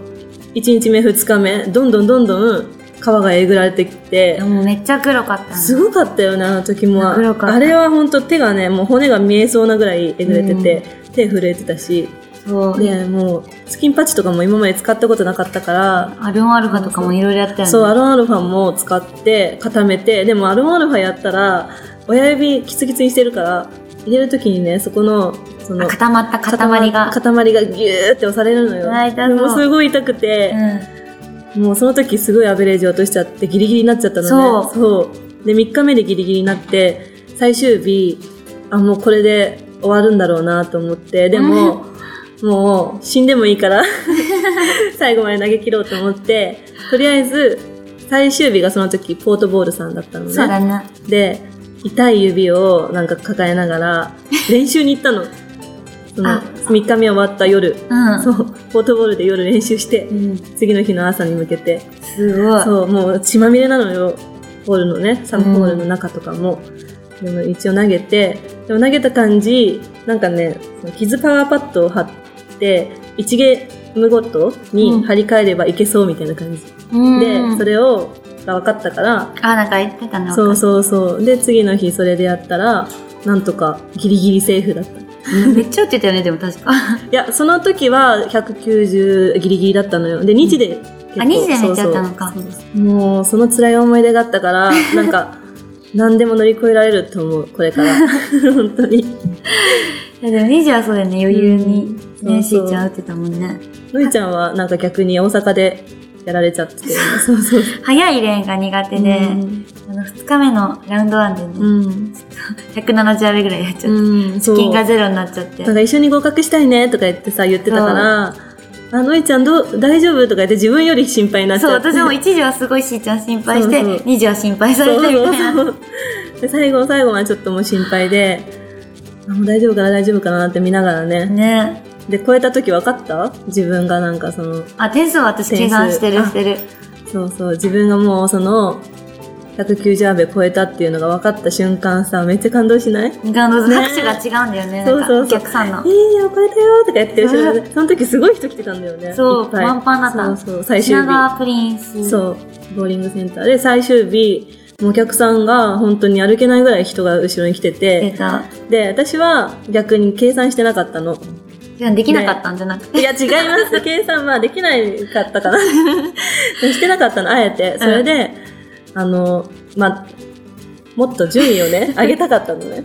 Speaker 2: 1日目、2日目、どんどんどんどん皮がえぐられてきて、
Speaker 1: もうめっちゃ黒かった。
Speaker 2: すごかったよね、あの時も。
Speaker 1: 黒かった
Speaker 2: あれは本当手がね、もう骨が見えそうなぐらいえぐれてて、手震えてたし、
Speaker 1: そう。
Speaker 2: で、もう、スキンパッチとかも今まで使ったことなかったから、
Speaker 1: アルンアルファとかもいろいろやったよね。
Speaker 2: そう、アロンアルファも使って固めて、でもアロンアルファやったら、親指キツキツにしてるから、入れる時にね、そこの、そ
Speaker 1: あ
Speaker 2: の、
Speaker 1: 固まった塊が。
Speaker 2: 塊がギューって押されるのよ。
Speaker 1: あ痛
Speaker 2: で
Speaker 1: そう
Speaker 2: もすごい痛くて、もうその時すごいアベレージ落としちゃってギリギリになっちゃったのね。
Speaker 1: そう
Speaker 2: そうで、3日目でギリギリになって、最終日、あ、もうこれで終わるんだろうなと思って、でも、もう死んでもいいから、 最後まで投げ切ろうと思って、とりあえず、最終日がその時、ポートボールさんだったの
Speaker 1: う
Speaker 2: ね。
Speaker 1: ん。そうだね。
Speaker 2: で、痛い指をなんか抱えながら、練習に行ったの。その、
Speaker 1: あ
Speaker 2: 3日目終わった夜。
Speaker 1: うん。
Speaker 2: そう、ポートボールで夜練習して
Speaker 1: う、ん。
Speaker 2: 次の日の朝に向けて。
Speaker 1: すごい。
Speaker 2: そう、もう血まみれなのよ。ホールのね、サブホールの中とかも。でも一応投げて、でも投げた感じ、なんかね、その傷パワーパッドを貼って、1ゲームごとに張り替えればいけそうみたいな感じ。
Speaker 1: うん
Speaker 2: で、それを、が分かったから、
Speaker 1: あ、なんか言ってたね。
Speaker 2: そうそうそう。で、次の日それでやったら、なんとかギリギリセーフだった。い
Speaker 1: うんめっちゃ打ってたよね、でも確 か。
Speaker 2: や、その時は190ギリギリだったのよ。で、2時で結構
Speaker 1: あ、2時で
Speaker 2: そ
Speaker 1: 寝
Speaker 2: う
Speaker 1: ち
Speaker 2: そ
Speaker 1: ゃ
Speaker 2: う
Speaker 1: ったのか。
Speaker 2: もう、その辛い思い出があった から、なんか、何でも乗り越えられると思う、これ から。本当に。
Speaker 1: いやでも2時はそうだよね、余裕に。
Speaker 2: う
Speaker 1: ね、
Speaker 2: ん
Speaker 1: し
Speaker 2: そうそう
Speaker 1: ーちゃん打ってたもんね。
Speaker 2: のりちゃんはなんか逆に大阪でやられちゃってて。そうそう。
Speaker 1: 早いレーンが苦手で、
Speaker 2: うん
Speaker 1: あの、2日目のラウンドワンでね、
Speaker 2: うん。
Speaker 1: 170あれぐらいやっちゃって、
Speaker 2: うん、そ
Speaker 1: 貯
Speaker 2: う。
Speaker 1: 金がゼロになっちゃって
Speaker 2: なん。か一緒に合格したいねとか言ってさ、言ってたから、あのいちゃんどう、大丈夫とか言って自分より心配になっちゃ
Speaker 1: そう、
Speaker 2: って。
Speaker 1: 私も1時はすごいしーちゃん心配して、
Speaker 2: そうそう
Speaker 1: 2時は心配されてみたいな。
Speaker 2: そうで最後の最後までちょっともう心配で、あもう大丈夫かな、大丈夫かなって見ながらね。
Speaker 1: ね。
Speaker 2: で、超えた時分かった自分がなんかその、
Speaker 1: あ、点数は私計算してる
Speaker 2: 点数
Speaker 1: してる。
Speaker 2: そうそう、自分がもうその、190アベ超えたっていうのが分かった瞬間さ、めっちゃ感動しないいい
Speaker 1: ガンドズ拍手が違うんだよね、
Speaker 2: そう
Speaker 1: なん
Speaker 2: そ
Speaker 1: か
Speaker 2: う
Speaker 1: お
Speaker 2: そう
Speaker 1: 客さんの。
Speaker 2: よ、超えたよとかやってる後ろで、 その時すごい人来てたんだよね。
Speaker 1: そう
Speaker 2: いっぱい
Speaker 1: パンパンだった
Speaker 2: そうそう、最終
Speaker 1: 品
Speaker 2: 日。
Speaker 1: 川プリンス。
Speaker 2: そう、ボーリングセンターで最終日、もうお客さんが本当に歩けないぐらい人が後ろに来て
Speaker 1: 出
Speaker 2: て、
Speaker 1: た。
Speaker 2: で、私は逆に計算してなかったの。
Speaker 1: じゃあできなかったんじゃなくて。
Speaker 2: いや、違い ます。計算はできないかったかな。 してなかったの、あえて。それで、あの、まあ、もっと順位 をね、上げたかったのね。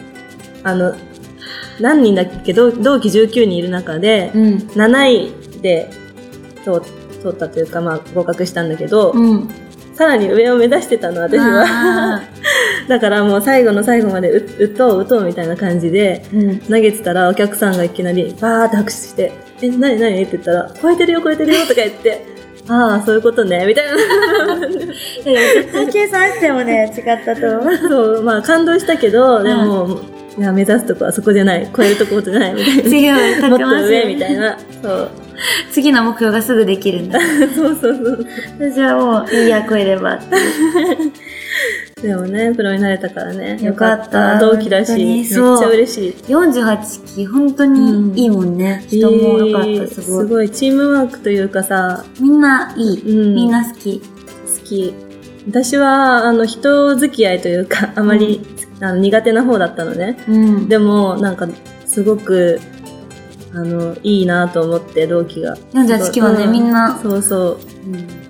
Speaker 2: あの、何人だっけ同同期19人いる中で、
Speaker 1: うん。
Speaker 2: 7位で通通ったというか、まあ、合格したんだけど、
Speaker 1: うん。
Speaker 2: さらに上を目指してたの、私は。
Speaker 1: は。
Speaker 2: だからもう最後の最後まで打打とう打とうみたいな感じで、
Speaker 1: うん。
Speaker 2: 投げてたらお客さんがいきなりバーって拍手して、え、なになにって言ったら、超えてるよ超えてるよとか言って、ああ、そういうことね、みたい
Speaker 3: 絶対計算してもね、違ったと思う。
Speaker 2: な。 そう、まあ感動したけど、でも、いや、目指すとこはそこじゃない、超えるとこ じゃない、みたい
Speaker 1: 次は
Speaker 2: な。もっと上、み
Speaker 1: い
Speaker 2: たいな。そう。
Speaker 1: 次の目標がすぐできるんだ。
Speaker 2: そうそうそう。
Speaker 1: 私はもう、いいや、超えればって。
Speaker 2: でもね、プロになれたからね。
Speaker 1: よかった
Speaker 2: よ同期だし、
Speaker 1: 本当
Speaker 2: め
Speaker 1: に
Speaker 2: っち
Speaker 1: そう
Speaker 2: ゃ嬉しい。
Speaker 1: 48期、本当にいいもんね。人も良か
Speaker 2: え
Speaker 1: っ
Speaker 2: ー
Speaker 1: た、す
Speaker 2: す
Speaker 1: ごい。
Speaker 2: ごい、チームワークというかさ、
Speaker 1: みんないい。
Speaker 2: うん
Speaker 1: みんな好き。
Speaker 2: 好き私はあの人付き合いというかあまり、あの苦手な方だったのね
Speaker 1: うん。で
Speaker 2: でもなんかすごくあのいいなと思って同期が
Speaker 1: 48期はね
Speaker 2: う
Speaker 1: みんな
Speaker 2: そうそう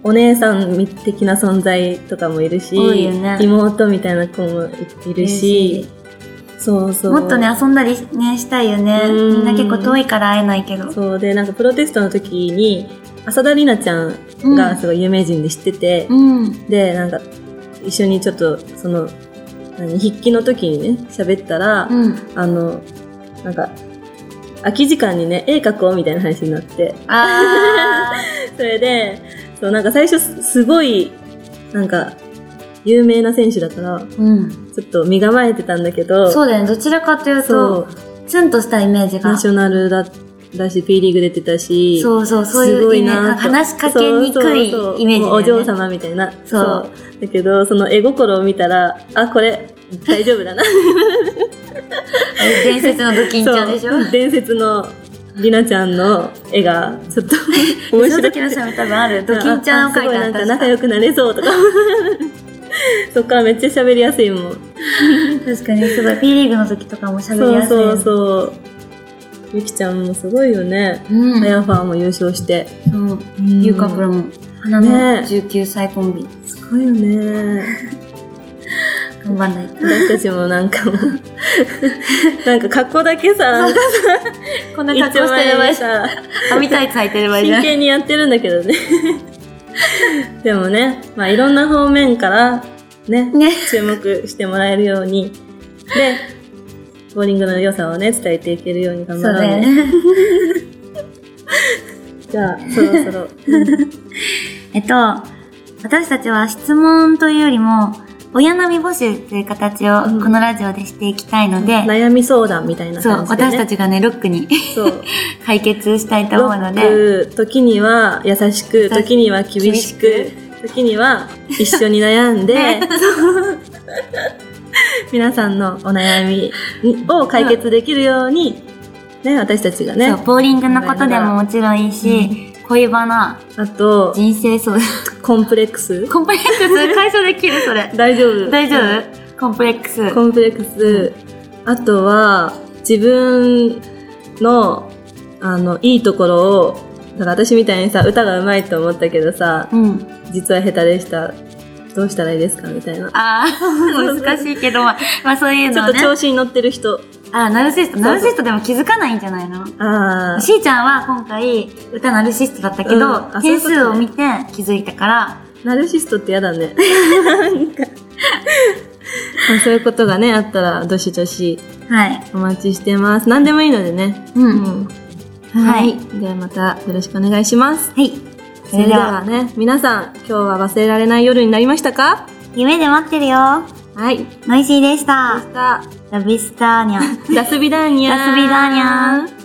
Speaker 2: お姉さん的な存在とかもいるし
Speaker 1: 多いよね
Speaker 2: 妹みたいな子もいいるしそうそう
Speaker 1: もっとね、遊んだりね、したいよね。
Speaker 2: うん
Speaker 1: みんな結構遠いから会えないけど。
Speaker 2: そうでなんかプロテストの時に浅田里奈ちゃんがすごい有名人で知ってて、
Speaker 1: うん。
Speaker 2: でなんか一緒にちょっとその何筆記の時にね喋ったら、
Speaker 1: うん。
Speaker 2: あのなんか空き時間にね絵描こうみたいな話になって
Speaker 1: あ
Speaker 2: それでそうなんか最初すすごいなんか有名な選手だから
Speaker 1: ー。うん。
Speaker 2: ちょっと身構えてたんだけど
Speaker 1: そうだよね。どちらかという
Speaker 2: そ
Speaker 1: と、
Speaker 2: う
Speaker 1: ツンとしたイメージが。
Speaker 2: ナショナルだだし P リーグ出てたし
Speaker 1: そうそう、そうい
Speaker 2: すご
Speaker 1: うイメージ
Speaker 2: なと
Speaker 1: 話しかけにくい
Speaker 2: そうそうそう
Speaker 1: イメージだ
Speaker 2: もうお
Speaker 1: よ
Speaker 2: 嬢
Speaker 1: ね。
Speaker 2: 様みたいな。
Speaker 1: そう
Speaker 2: だけど、その絵心を見たら、あ、これ、大丈夫だな。
Speaker 1: 伝説のドキンちゃんでしょ
Speaker 2: そう伝説のりなちゃんの絵が、ちょ っと、面
Speaker 1: その
Speaker 2: 白く
Speaker 1: 時の写メ多分ある。ドキンちゃんを描いてあ
Speaker 2: あすごいな
Speaker 1: っ
Speaker 2: んか
Speaker 1: た。
Speaker 2: 仲良くなれそうとか。そっからめっちゃ喋りやすいもん。
Speaker 1: 確かに、すごい。P リーグの時とかも喋り
Speaker 2: そう
Speaker 1: やすい。
Speaker 2: そうそう。ゆきちゃんもすごいよね。
Speaker 1: うん。
Speaker 2: あやファーも優勝して。
Speaker 1: そう。ゆうかプロも、花の
Speaker 2: ね
Speaker 1: 19歳コンビ、
Speaker 2: すごいよね。
Speaker 1: 頑張んないと。
Speaker 2: 私たちもなん かもうなんか格好だけさ、なんか
Speaker 1: こんな
Speaker 2: 一
Speaker 1: 格好し
Speaker 2: 枚
Speaker 1: てる場合
Speaker 2: で
Speaker 1: じゃ
Speaker 2: さ、
Speaker 1: ん。網タイツ履いてる場合じゃ
Speaker 2: 真
Speaker 1: ん。
Speaker 2: 剣にやってるんだけどね。 でもね、まあいろんな方面からね、
Speaker 1: ね。
Speaker 2: 注目してもらえるように、で、ボーリングの良さをね、伝えていけるように
Speaker 1: そ
Speaker 2: 頑
Speaker 1: う
Speaker 2: 張ろう
Speaker 1: だよ
Speaker 2: ね。
Speaker 1: ね。
Speaker 2: じゃあ、そろそろ。
Speaker 1: えっと、私たちは質問というよりも、親並み募集という形を
Speaker 2: うん
Speaker 1: このラジオでしていきたいの で、
Speaker 2: 悩み相談みたいな
Speaker 1: そう、
Speaker 2: 感じで、ね。
Speaker 1: 私たちがね、ロックに
Speaker 2: そう。
Speaker 1: 解決したいと思うので、
Speaker 2: ロック時には優し
Speaker 1: 優し
Speaker 2: く、
Speaker 1: く
Speaker 2: 時には厳しく
Speaker 1: 厳、
Speaker 2: 時には一緒に悩んで
Speaker 1: ね、
Speaker 2: そう 皆さんのお悩みにを解決できるように、ね、私たちがね
Speaker 1: そう、、ボーリングのことでももちろんいいし、恋バナ、
Speaker 2: あと、
Speaker 1: 人生相談、
Speaker 2: コンプレックス。
Speaker 1: コンプレックス解消できるそれ。
Speaker 2: 大丈夫
Speaker 1: 大丈夫コンプレックス。
Speaker 2: コンプレックス、あとは、自分の、あの、いいところを、だから私みたいにさ、歌が上手いと思ったけどさ、
Speaker 1: うん。
Speaker 2: 実は下手でした。どうしたらいいですかみたいな。
Speaker 1: あ あ、難しいけど、まあ、まあそういう
Speaker 2: ちょ
Speaker 1: の
Speaker 2: っ
Speaker 1: を
Speaker 2: と
Speaker 1: ね。
Speaker 2: 調子に乗ってる人。
Speaker 1: あ、ナルシスト。
Speaker 2: そうそう
Speaker 1: ナルシストでも気づかないんじゃないの
Speaker 2: ああ。
Speaker 1: しーちゃんは今回、歌ナルシストだったけ
Speaker 2: うん
Speaker 1: ど
Speaker 2: あ、そうい
Speaker 1: 点
Speaker 2: うことね
Speaker 1: 数を見て気づいたから、
Speaker 2: ナルシストって嫌だね。なんか。 まあそういうことがね、あったら、どしどし
Speaker 1: はい。
Speaker 2: お待ちしてます。何でもいいのでね。
Speaker 1: う。
Speaker 2: うんん。
Speaker 1: は
Speaker 2: はいい。ではまたよろしくお願いします。
Speaker 1: はい。そ
Speaker 2: そ
Speaker 1: れ
Speaker 2: れ
Speaker 1: で
Speaker 2: で
Speaker 1: は、
Speaker 2: はね、皆さん、今日は忘れられない夜になりましたか
Speaker 1: 夢で待ってるよ。
Speaker 2: はい。
Speaker 1: ノイシーでした。
Speaker 2: した。
Speaker 1: ラビスターニャン。
Speaker 2: ラスビダーニャー。
Speaker 1: ラスビダーニャー。